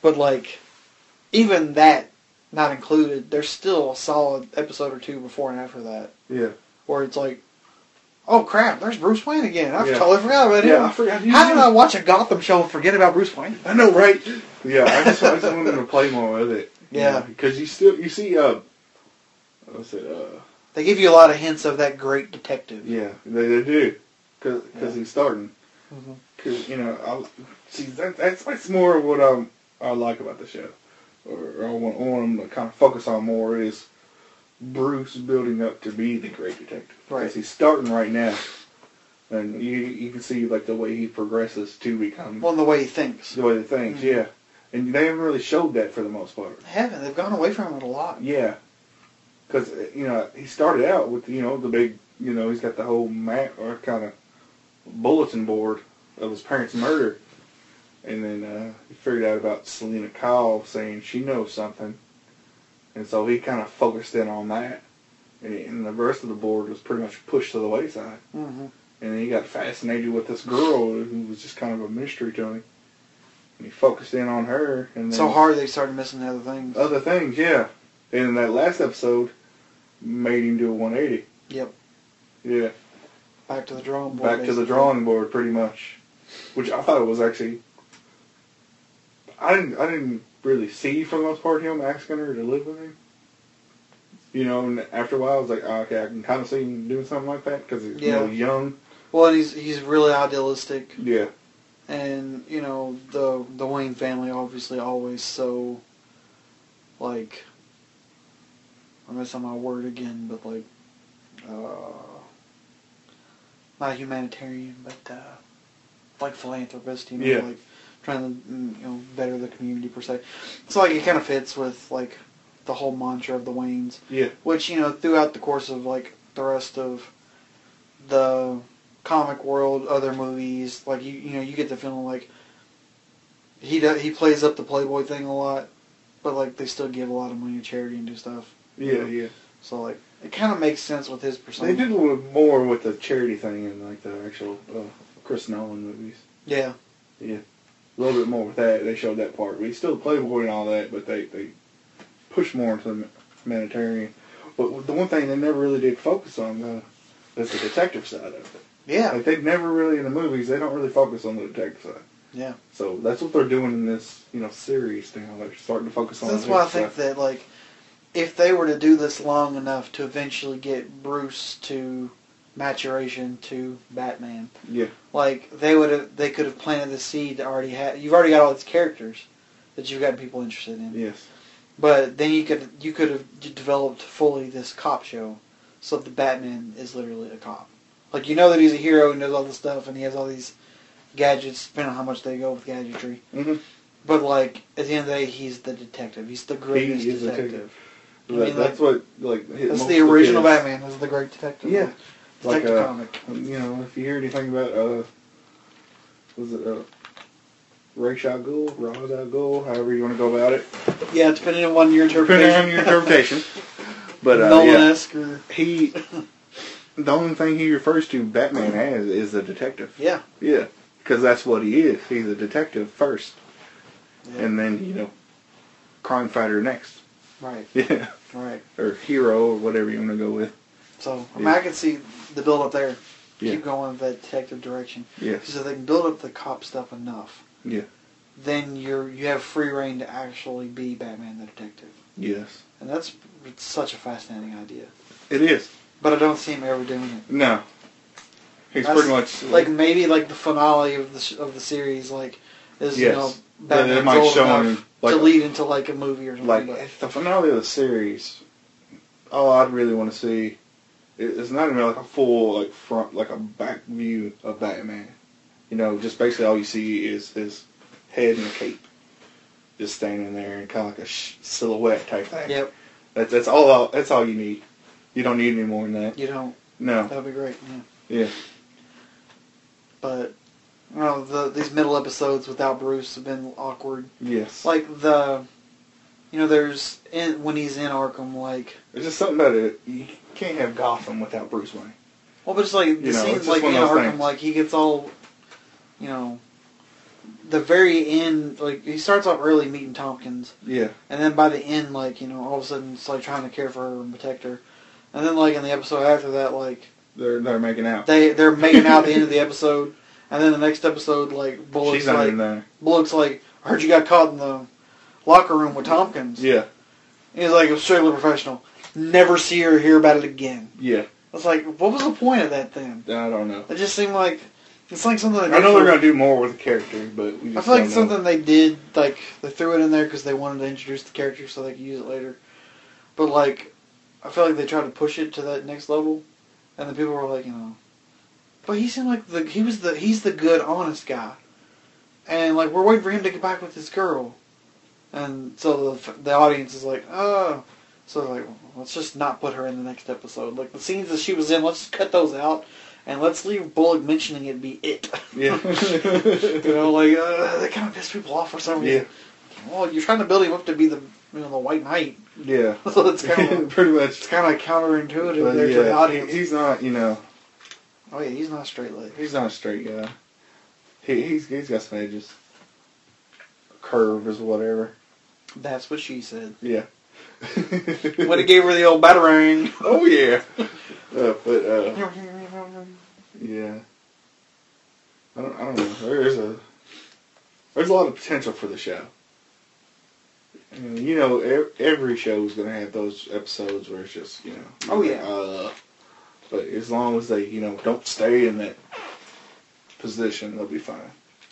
S1: but like, even that not included, there's still a solid episode or two before and after that
S4: yeah.
S1: where it's like, oh crap, there's Bruce Wayne again. I
S4: Yeah.
S1: totally forgot about
S4: Yeah, I
S1: him.
S4: forgot.
S1: How did I watch a Gotham show and forget about Bruce Wayne?
S4: I know, right? Yeah, I just, I just wanted to play more with it.
S1: Yeah.
S4: because you still you see uh, what's it uh,
S1: They give you a lot of hints of that great detective.
S4: yeah, they, they do, because
S1: Yeah.
S4: he's starting.
S1: Mhm.
S4: Because you know, I see that, that's that's more of what um I like about the show, or, or I want, I want them to kind of focus on more is Bruce building up to be the great detective.
S1: Right.
S4: Because he's starting right now, and you you can see like the way he progresses to become
S1: Well, in the way he thinks.
S4: the way the things,
S1: Mhm.
S4: yeah. And they haven't really showed that for the most part.
S1: Heaven, they've gone away from it a lot.
S4: Yeah, because you know he started out with you know the big you know he's got the whole map or kind of bulletin board of his parents' murder, and then uh, he figured out about Selena Kyle saying she knows something, and so he kind of focused in on that, and, and the rest of the board was pretty much pushed to the wayside.
S1: hmm
S4: And then he got fascinated with this girl who was just kind of a mystery to him, and he focused in on her. And then,
S1: So hard they started missing the other things.
S4: other things, yeah. And that last episode made him do a 180.
S1: Yep.
S4: Yeah,
S1: Back to the drawing board.
S4: back to the
S1: basically.
S4: drawing board, pretty much. Which I thought it was actually. I didn't. I didn't really see for the most part him asking her to live with him. You know, and after a while, I was like, oh, okay, I can kind of see him doing something like that because he's
S1: Yeah.
S4: you know, young.
S1: Well, and he's he's really idealistic,
S4: Yeah,
S1: and you know the the Wayne family obviously always so. Like. I'm missing my word again, but like, uh, not humanitarian, but uh, like philanthropist, you know,
S4: Yeah.
S1: like trying to mm, you know better the community per se. So like it kind of fits with like the whole mantra of the Waynes.
S4: yeah,
S1: which you know throughout the course of like the rest of the comic world, other movies, like you you know you get the feeling like he do, he plays up the Playboy thing a lot, but like they still give a lot of money to charity and do stuff.
S4: yeah, yeah.
S1: So like it kind of makes sense with his persona.
S4: They did a little more with the charity thing and like the actual uh, Chris Nolan movies.
S1: Yeah,
S4: a little bit more with that. They showed that part. We still Playboy and all that, but they they push more into the humanitarian. But the one thing they never really did focus on though is the detective side of it.
S1: yeah,
S4: Like they've never really in the movies they don't really focus on the detective side.
S1: Yeah.
S4: So that's what they're doing in this you know series now. They're starting to focus
S1: So
S4: on.
S1: that's
S4: the
S1: why I
S4: detective
S1: think that like if they were to do this long enough to eventually get Bruce to maturation to Batman,
S4: side. Yeah.
S1: like they would have they could have planted the seed that already had you've already got all these characters that you've got people interested in
S4: Yes.
S1: but then you could you could have d- developed fully this cop show so the batman is literally a cop like you know that he's a hero and knows all this stuff and he has all these gadgets depending on how much they go with gadgetry
S4: Mm-hmm.
S1: but like at the end of the day he's the detective he's the greatest
S4: is a
S1: detective,
S4: detective.
S1: I mean,
S4: that's what like. hit
S1: that's
S4: most
S1: the
S4: of
S1: original
S4: kids.
S1: batman is the great detective
S4: Yeah. Like,
S1: detective
S4: uh,
S1: comic
S4: You know, if you hear anything about uh, was it uh, Ra's al Ghul, Ra's al Ghul, however you want to go about it,
S1: yeah depending on one your interpretation
S4: depending on your interpretation. But uh, yeah,
S1: Nolan-esque or
S4: he the only thing he refers to Batman as is the detective.
S1: yeah
S4: Yeah, because that's what he is. He's a detective first,
S1: Yeah.
S4: and then you know, crime fighter next.
S1: right
S4: Yeah,
S1: right
S4: or hero or whatever you want to go with.
S1: So I, mean, I can see the build up there.
S4: Yeah.
S1: Keep going with that detective direction.
S4: Yes.
S1: Because if they can build up the cop stuff enough,
S4: Yeah.
S1: then you're you have free reign to actually be Batman the detective,
S4: Yes.
S1: and that's it's such a fascinating idea.
S4: It is.
S1: But I don't see him ever doing it.
S4: No. He's
S1: That's-
S4: pretty much
S1: Like maybe like the finale of the sh- of the series, like is
S4: Yes.
S1: you know
S4: But it
S1: Batman's
S4: might
S1: old
S4: show
S1: enough
S4: him, like-
S1: to lead into like a movie or something.
S4: like
S1: but-
S4: the finale of the series oh, I'd really want to see. it- It's not even like a full like front like a back view of Batman. You know, just basically all you see is his head and a cape, just standing there and kind of like a sh- silhouette type thing.
S1: Yep.
S4: That's that's all. That's all you need. You don't need any more than that.
S1: You don't.
S4: No.
S1: That'd be great. Yeah.
S4: Yeah.
S1: But you know, the these middle episodes without Bruce have been awkward.
S4: Yes.
S1: Like the, you know, there's in, when he's in Arkham, like
S4: There's just something about it. You can't have Gotham without Bruce Wayne.
S1: well, but it's like the
S4: You know,
S1: scenes
S4: it's just
S1: like in
S4: one of those
S1: Arkham,
S4: things.
S1: like he gets all, you know, the very end, like he starts off early meeting Tompkins,
S4: Yeah.
S1: and then by the end, like you know, all of a sudden it's like trying to care for her and protect her, and then like in the episode after that, like
S4: They're they're making out.
S1: they they're making out at the end of the episode, and then the next episode, like Bullock's
S4: She's not
S1: like
S4: even there.
S1: Bullock's like, I heard you got caught in the locker room with Tompkins.
S4: Yeah.
S1: He's like, it was strictly professional. Never see or hear about it again.
S4: Yeah.
S1: I was like, what was the point of that then?
S4: I don't know.
S1: It just seemed like it's like something. They did
S4: I know
S1: for-
S4: they're gonna do more with the character, but we just
S1: I feel like
S4: don't
S1: it's
S4: know.
S1: something they did. Like they threw it in there because they wanted to introduce the character so they could use it later. But like, I feel like they tried to push it to that next level, and the people were like, you know, but he seemed like the he was the he's the good, honest guy, and like we're waiting for him to get back with this girl, and so the the audience is like, oh, so like let's just not put her in the next episode. Like the scenes that she was in, let's just cut those out. And let's leave Bullock mentioning it be it. You know, like uh, that kind of pissed people off for some
S4: Yeah.
S1: reason. Well, you're trying to build him up to be the you know the White Knight,
S4: Yeah.
S1: so it's kind
S4: Yeah.
S1: of
S4: Pretty
S1: it's
S4: much.
S1: kind of counterintuitive
S4: But
S1: there to the
S4: yeah,
S1: audience.
S4: he- he's not. You know,
S1: oh yeah, he's not straight leg.
S4: he's not a straight guy. He he's he's got some edges, curves or whatever.
S1: That's what she said.
S4: Yeah.
S1: When it gave her the old batarang.
S4: oh yeah. Uh, but uh,
S1: yeah,
S4: Yeah. I don't, I don't know. There's a there's a lot of potential for the show. And, you know, ev- every show is going to have those episodes where it's just you know.
S1: Oh,
S4: like,
S1: yeah.
S4: Uh, but as long as they you know don't stay in that position, they'll be fine.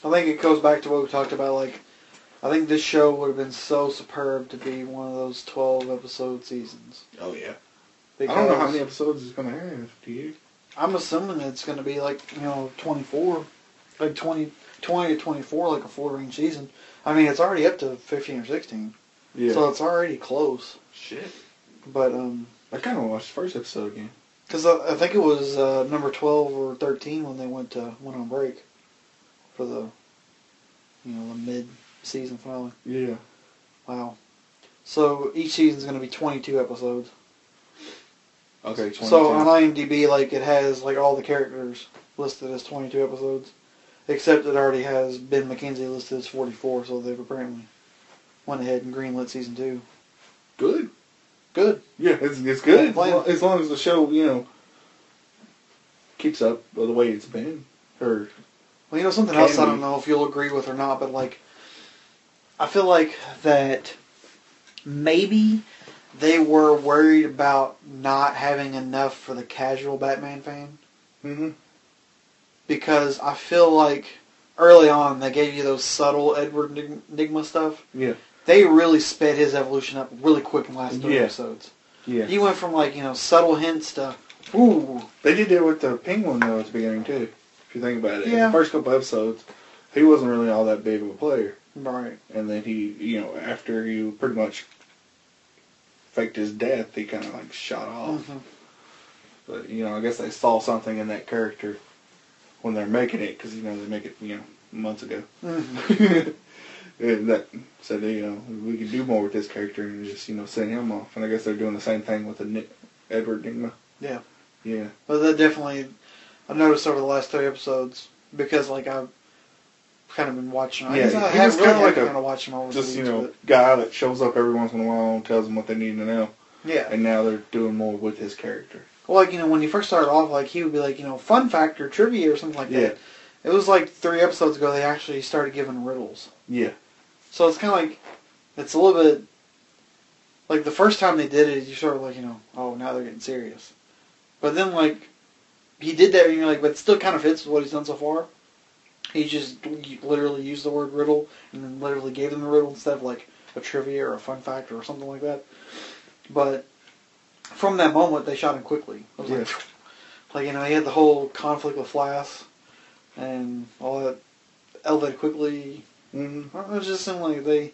S1: I think it goes back to what we talked about. Like, I think this show would have been so superb to be one of those twelve episode seasons.
S4: Oh yeah.
S1: Because
S4: I don't know how many episodes it's going to have. Do you?
S1: I'm assuming it's going to be like you know 24, like 20, 20 to 24, like a full range season. I mean, it's already up to 15 or 16,
S4: Yeah.
S1: so it's already close.
S4: Shit.
S1: But um,
S4: I kind of watched the first episode again.
S1: because I, I think it was uh, number 12 or 13 when they went to went on break for the you know the mid season finale.
S4: Yeah.
S1: Wow. So each season's going to be 22 episodes.
S4: Okay. 22.
S1: So on IMDb, like it has like all the characters listed as 22 episodes, except it already has Ben McKenzie listed as 44. So they've apparently went ahead and greenlit season two.
S4: good.
S1: Good.
S4: Yeah, it's, it's good.
S1: Good plan.
S4: As lo- As long as the show, you know, keeps up the way it's been. Or
S1: Well, you know something
S4: Can
S1: else. I
S4: be.
S1: don't know if you'll agree with or not, but like, I feel like that maybe they were worried about not having enough for the casual Batman fan.
S4: mm-hmm.
S1: because I feel like early on they gave you those subtle Edward Nig- Nigma stuff.
S4: Yeah.
S1: They really sped his evolution up really quick in the last three
S4: Yeah.
S1: episodes.
S4: yeah,
S1: He went from like you know subtle hints to ooh
S4: they did that with the penguin though at the beginning too. If you think about it, in
S1: Yeah.
S4: the first couple episodes, he wasn't really all that big of a player,
S1: right
S4: and then he, you know, after he pretty much faked his death, he kind of like shot off.
S1: Mhm.
S4: But you know, I guess they saw something in that character when they're making it, because you know they make it, you know, months ago.
S1: Mhm.
S4: and that said, you know, we could do more with this character and just, you know, send him off. And I guess they're doing the same thing with the Ni- Edward Nigma.
S1: Yeah.
S4: Yeah.
S1: But that definitely I noticed over the last three episodes because like I've kind of been watching. I
S4: Yeah,
S1: guess I
S4: he was
S1: have really
S4: kinda like
S1: like
S4: a-
S1: kind of watched him over
S4: Just,
S1: the
S4: you
S1: weeks,
S4: know, guy that shows up every once in a while and tells them what they need to know.
S1: but, yeah.
S4: And now they're doing more with his character.
S1: Well, like you know, when you first started off, like he would be like, you know, fun fact or trivia or something like
S4: Yeah.
S1: that. It was like three episodes ago they actually started giving riddles.
S4: Yeah.
S1: So it's kind of like it's a little bit like the first time they did it, you sort of like you know, oh now they're getting serious. But then like he did that, and you're like, but it still kind of fits with what he's done so far. He just literally used the word riddle and then literally gave them the riddle instead of like a trivia or a fun fact or something like that. But from that moment, they shot him quickly. It was like,
S4: Yeah.
S1: like, you know, he had the whole conflict with Flass and all that elevated quickly.
S4: Mm-hmm.
S1: I don't know, It was just seemed like they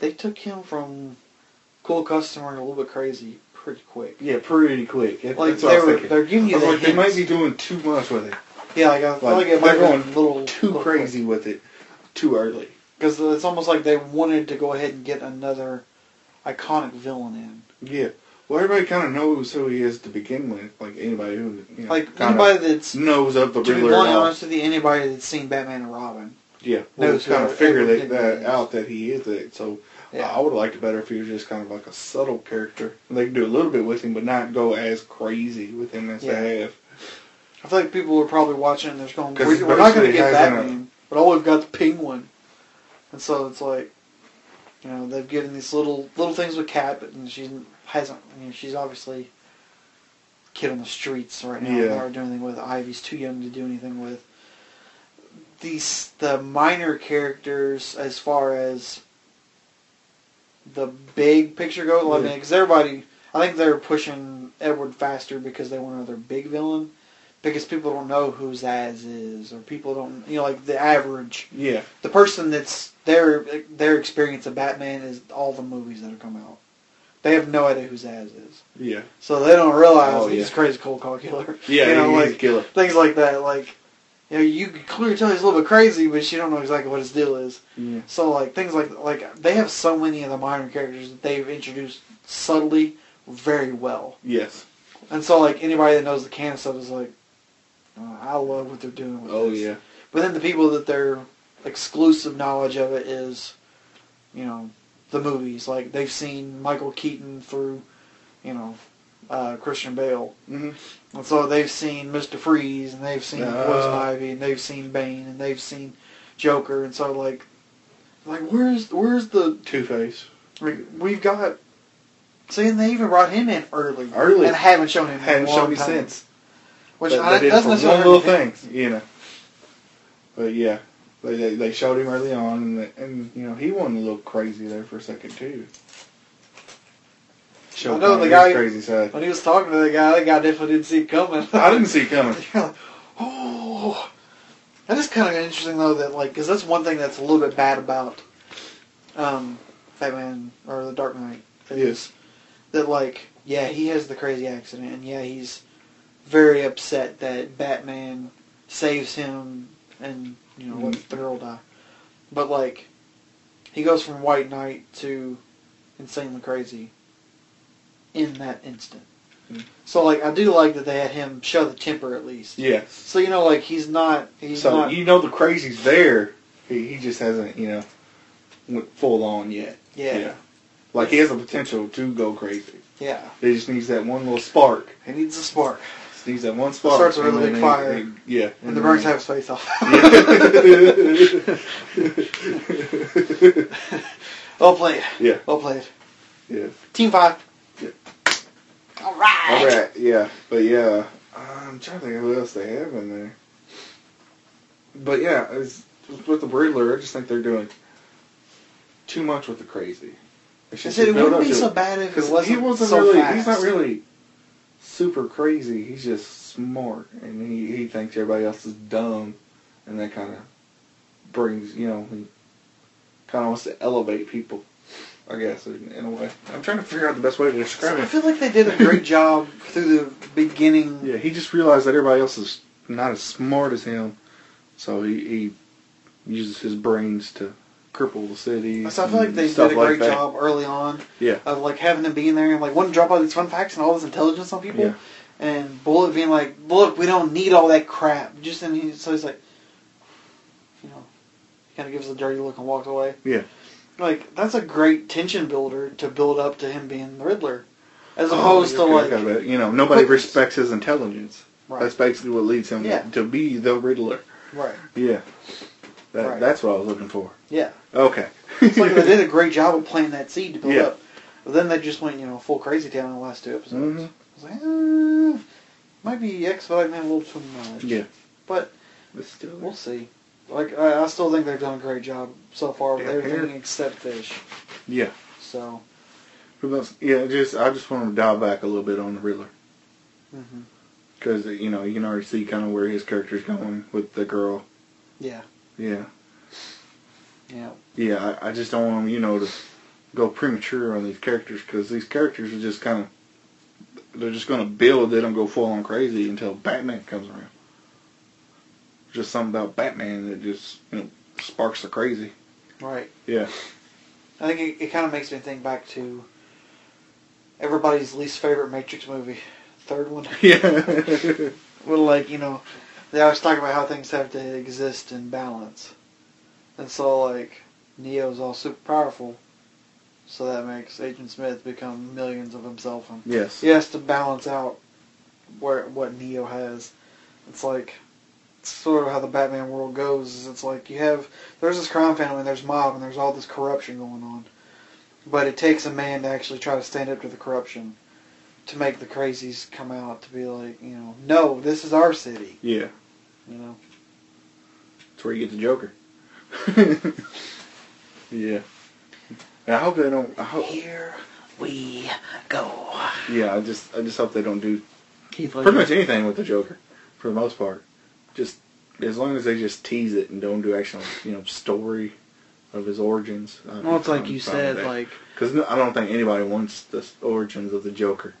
S1: they took him from cool customer and a little bit crazy pretty quick.
S4: Yeah, pretty quick. That-
S1: Like
S4: that's what I
S1: they
S4: was
S1: were,
S4: thinking.
S1: they're giving
S4: I
S1: you
S4: was
S1: the
S4: like, they
S1: hints.
S4: might be doing too much with it.
S1: yeah, like, I feel
S4: Like,
S1: like it
S4: they're
S1: might have been
S4: going
S1: a little
S4: Too crazy with it. Too early.
S1: because it's almost like they wanted to go ahead and get another iconic villain in.
S4: Yeah. Well, everybody kind of knows who he is to begin with. Like anybody who, you know,
S1: Like
S4: kinda
S1: anybody that's to
S4: knows of the
S1: be
S4: Riddler.
S1: blunt
S4: and all.
S1: honest with you, anybody that's seen Batman and Robin.
S4: Yeah,
S1: knows
S4: knows kind
S1: who
S4: of figure that,
S1: everything
S4: that
S1: is.
S4: out that he is it. So
S1: Yeah.
S4: I would have liked it better if he was just kind of like a subtle character. They could do a little bit with him, but not go as crazy with him as
S1: Yeah.
S4: they have.
S1: I feel like people are probably watching and they're just going,
S4: 'Cause
S1: we're, we're not going to
S4: basically
S1: get
S4: it has in
S1: Batman, but all we've got is Penguin. And so it's like, you know, they've given these little little things with Cat, but and she hasn't, I mean, she's obviously kid on the streets right now.
S4: Yeah.
S1: Not doing anything with Ivy's too young to do anything with. These the minor characters as far as the big picture goes. Well, I mean,
S4: Yeah.
S1: because everybody, I think they're pushing Edward faster because they want another big villain. Because people don't know who Zaz is, or people don't, you know, like the average,
S4: Yeah,
S1: the person that's their their experience of Batman is all the movies that have come out. They have no idea who Zaz is,
S4: yeah,
S1: so they don't realize
S4: Oh,
S1: he's
S4: yeah.
S1: a crazy cold call killer.
S4: yeah.
S1: you know,
S4: he is a
S1: like
S4: killer.
S1: things like that. Like, you know, you can clearly tell he's a little bit crazy, but you don't know exactly what his deal is.
S4: Yeah.
S1: So like things like like they have so many of the minor characters that they've introduced subtly very well,
S4: Yes.
S1: and so like anybody that knows the canon stuff is like, "Oh, I love what they're doing. With
S4: Oh
S1: this."
S4: yeah.
S1: But then the people that their exclusive knowledge of it is, you know, the movies. Like they've seen Michael Keaton through, you know, uh, Christian Bale.
S4: hmm
S1: And so they've seen Mister Freeze, and they've seen
S4: No.
S1: Poison Ivy, and they've seen Bane, and they've seen Joker, and so like, like where's where's the
S4: Two Face.
S1: like, we've got? See, and they even brought him in early,
S4: Early.
S1: and haven't shown him. in a
S4: Hadn't
S1: long
S4: shown me
S1: time.
S4: since.
S1: Which
S4: But
S1: I,
S4: they did
S1: that's
S4: for
S1: not
S4: one little thing, you know. But yeah, they, they they showed him early on, and, they- and you know he went a little crazy there for a second too. Showed
S1: know the
S4: kind of his
S1: guy-
S4: crazy side.
S1: When he was talking to the guy, the guy definitely didn't see it coming.
S4: I didn't see it coming.
S1: You're like, oh, that is kind of interesting though. That like, because that's one thing that's a little bit bad about um, Batman or the Dark Knight. is
S4: Yes.
S1: That like, yeah, he has the crazy accident, and yeah, he's very upset that Batman saves him and you know lets the girl die. But like, he goes from White Knight to insanely crazy in that instant.
S4: Mm.
S1: So like, I do like that they had him show the temper at least.
S4: Yes.
S1: So you know, like he's not he's
S4: so
S1: not
S4: you know the crazy's there. He, he just hasn't you know went full on yet.
S1: yeah, yeah
S4: Like he has the potential to go crazy.
S1: yeah.
S4: He just needs that one little spark.
S1: He needs a spark,
S4: Just needs that one spark.
S1: starts a
S4: and
S1: really
S4: then
S1: big
S4: he-
S1: fire.
S4: he- yeah.
S1: and the
S4: then
S1: birds
S4: he-
S1: have his face off.
S4: yeah.
S1: well played.
S4: Yeah.
S1: Well played.
S4: yeah.
S1: Team five.
S4: Yeah.
S1: All right.
S4: All right. Yeah. But yeah, I'm trying to think of who else they have in there. But yeah, it's, with the Riddler, I just think they're doing too much with the crazy.
S1: I
S4: They should
S1: said it
S4: build
S1: wouldn't
S4: up
S1: be
S4: to
S1: so
S4: it.
S1: bad if it
S4: Because
S1: wasn't,
S4: he wasn't
S1: so
S4: really,
S1: fast.
S4: he's not really super crazy. He's just smart, and he, he thinks everybody else is dumb, and that kind of brings, you know, he kind of wants to elevate people, I guess, in, in a way. I'm trying to figure out the best way to describe
S1: I
S4: it.
S1: feel like they did a great job through the beginning.
S4: Yeah, he just realized that everybody else is not as smart as him, so he, he uses his brains to cripple the city.
S1: So I feel like
S4: and
S1: they did
S4: stuff
S1: a great
S4: that.
S1: job early on
S4: Yeah.
S1: of like having them being there and like wanting to drop all these fun facts and all this intelligence on people.
S4: Yeah.
S1: And Bullet being like, "Look, we don't need all that crap." Just and he, so he's like, you know, kind of gives a dirty look and walks away.
S4: Yeah.
S1: Like that's a great tension builder to build up to him being the Riddler, as
S4: Oh,
S1: opposed to
S4: okay,
S1: like,
S4: okay, but, you know, nobody
S1: But-
S4: respects his intelligence.
S1: right,
S4: That's basically what leads him
S1: Yeah.
S4: to be the Riddler.
S1: right,
S4: Yeah. That,
S1: Right.
S4: That's what I was looking for.
S1: yeah.
S4: Okay.
S1: It's like they did a great job of playing that seed to build
S4: Yeah.
S1: up. But then they just went, you know, full crazy town in the last two episodes.
S4: Mhm.
S1: I was like, eh, might be expediting that a little too much.
S4: Yeah.
S1: But
S4: It's still
S1: we'll see. Like, I, I still think they've done a great job so far with
S4: Yeah,
S1: everything
S4: here.
S1: except fish.
S4: Yeah.
S1: So,
S4: For those- yeah, just I just want to dial back a little bit on the Riddler
S1: hmm
S4: because you know you can already see kind of where his character's going with the girl.
S1: Yeah.
S4: Yeah,
S1: Yeah.
S4: yeah. I, I just don't want him, you know, to go premature on these characters because these characters are just kind of they're just going to build. They don't go full on crazy until Batman comes around. Just something about Batman that just you know sparks the crazy.
S1: Right.
S4: Yeah.
S1: I think it, it kind of makes me think back to everybody's least favorite Matrix movie, third one.
S4: Yeah.
S1: Well, like you know, they always talk about how things have to exist in balance, and so like Neo's all super powerful, so that makes Agent Smith become millions of himself, and
S4: yes.
S1: he has to balance out where what Neo has. It's like it's sort of how the Batman world goes. Is it's like you have there's this crime family, and there's mob, and there's all this corruption going on, but it takes a man to actually try to stand up to the corruption. To make the crazies come out to be like, you know, no, this is our city.
S4: Yeah.
S1: You know.
S4: That's where you get the Joker. yeah. And I hope they don't. I hope.
S1: Here we go.
S4: Yeah, I just I just hope they don't do
S1: Keith
S4: pretty much anything with the Joker, for the most part. Just as long as they just tease it and don't do actual you know story of his origins.
S1: Well, it's like you said, like
S4: because no, I don't think anybody wants the s- origins of the Joker.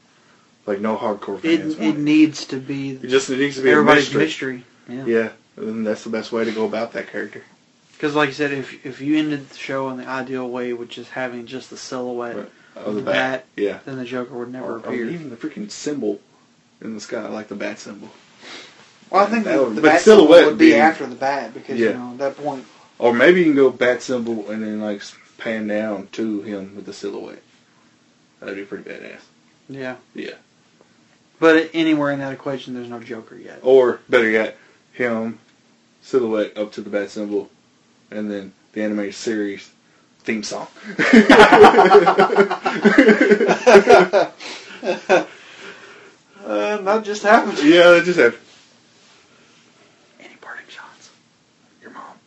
S4: Like no hardcore
S1: it,
S4: fans.
S1: it
S4: want it,
S1: needs to be
S4: It just it needs to be
S1: everybody's
S4: a mystery.
S1: mystery. Yeah.
S4: Yeah, and that's the best way to go about that character.
S1: Because, like you said, if if you ended the show in the ideal way, which is having just the silhouette,
S4: Right. Of the
S1: That
S4: bat. Yeah.
S1: then the Joker would never
S4: Or, or
S1: appear.
S4: even the freaking symbol in the sky, like the bat symbol.
S1: well, I think
S4: That
S1: the,
S4: would-
S1: the
S4: but
S1: bat
S4: silhouette
S1: silhouette would be
S4: being-
S1: after the bat because
S4: Yeah.
S1: you know at that point.
S4: Or maybe you can go bat symbol and then like pan down to him with the silhouette. That'd be pretty badass.
S1: Yeah.
S4: Yeah.
S1: But anywhere in that equation, there's no Joker yet.
S4: Or better yet, him silhouette up to the bat symbol, and then the animated series theme song.
S1: Uh, not just happened.
S4: yeah, that just happened.
S1: Any parting shots?
S4: Your mom. Oh,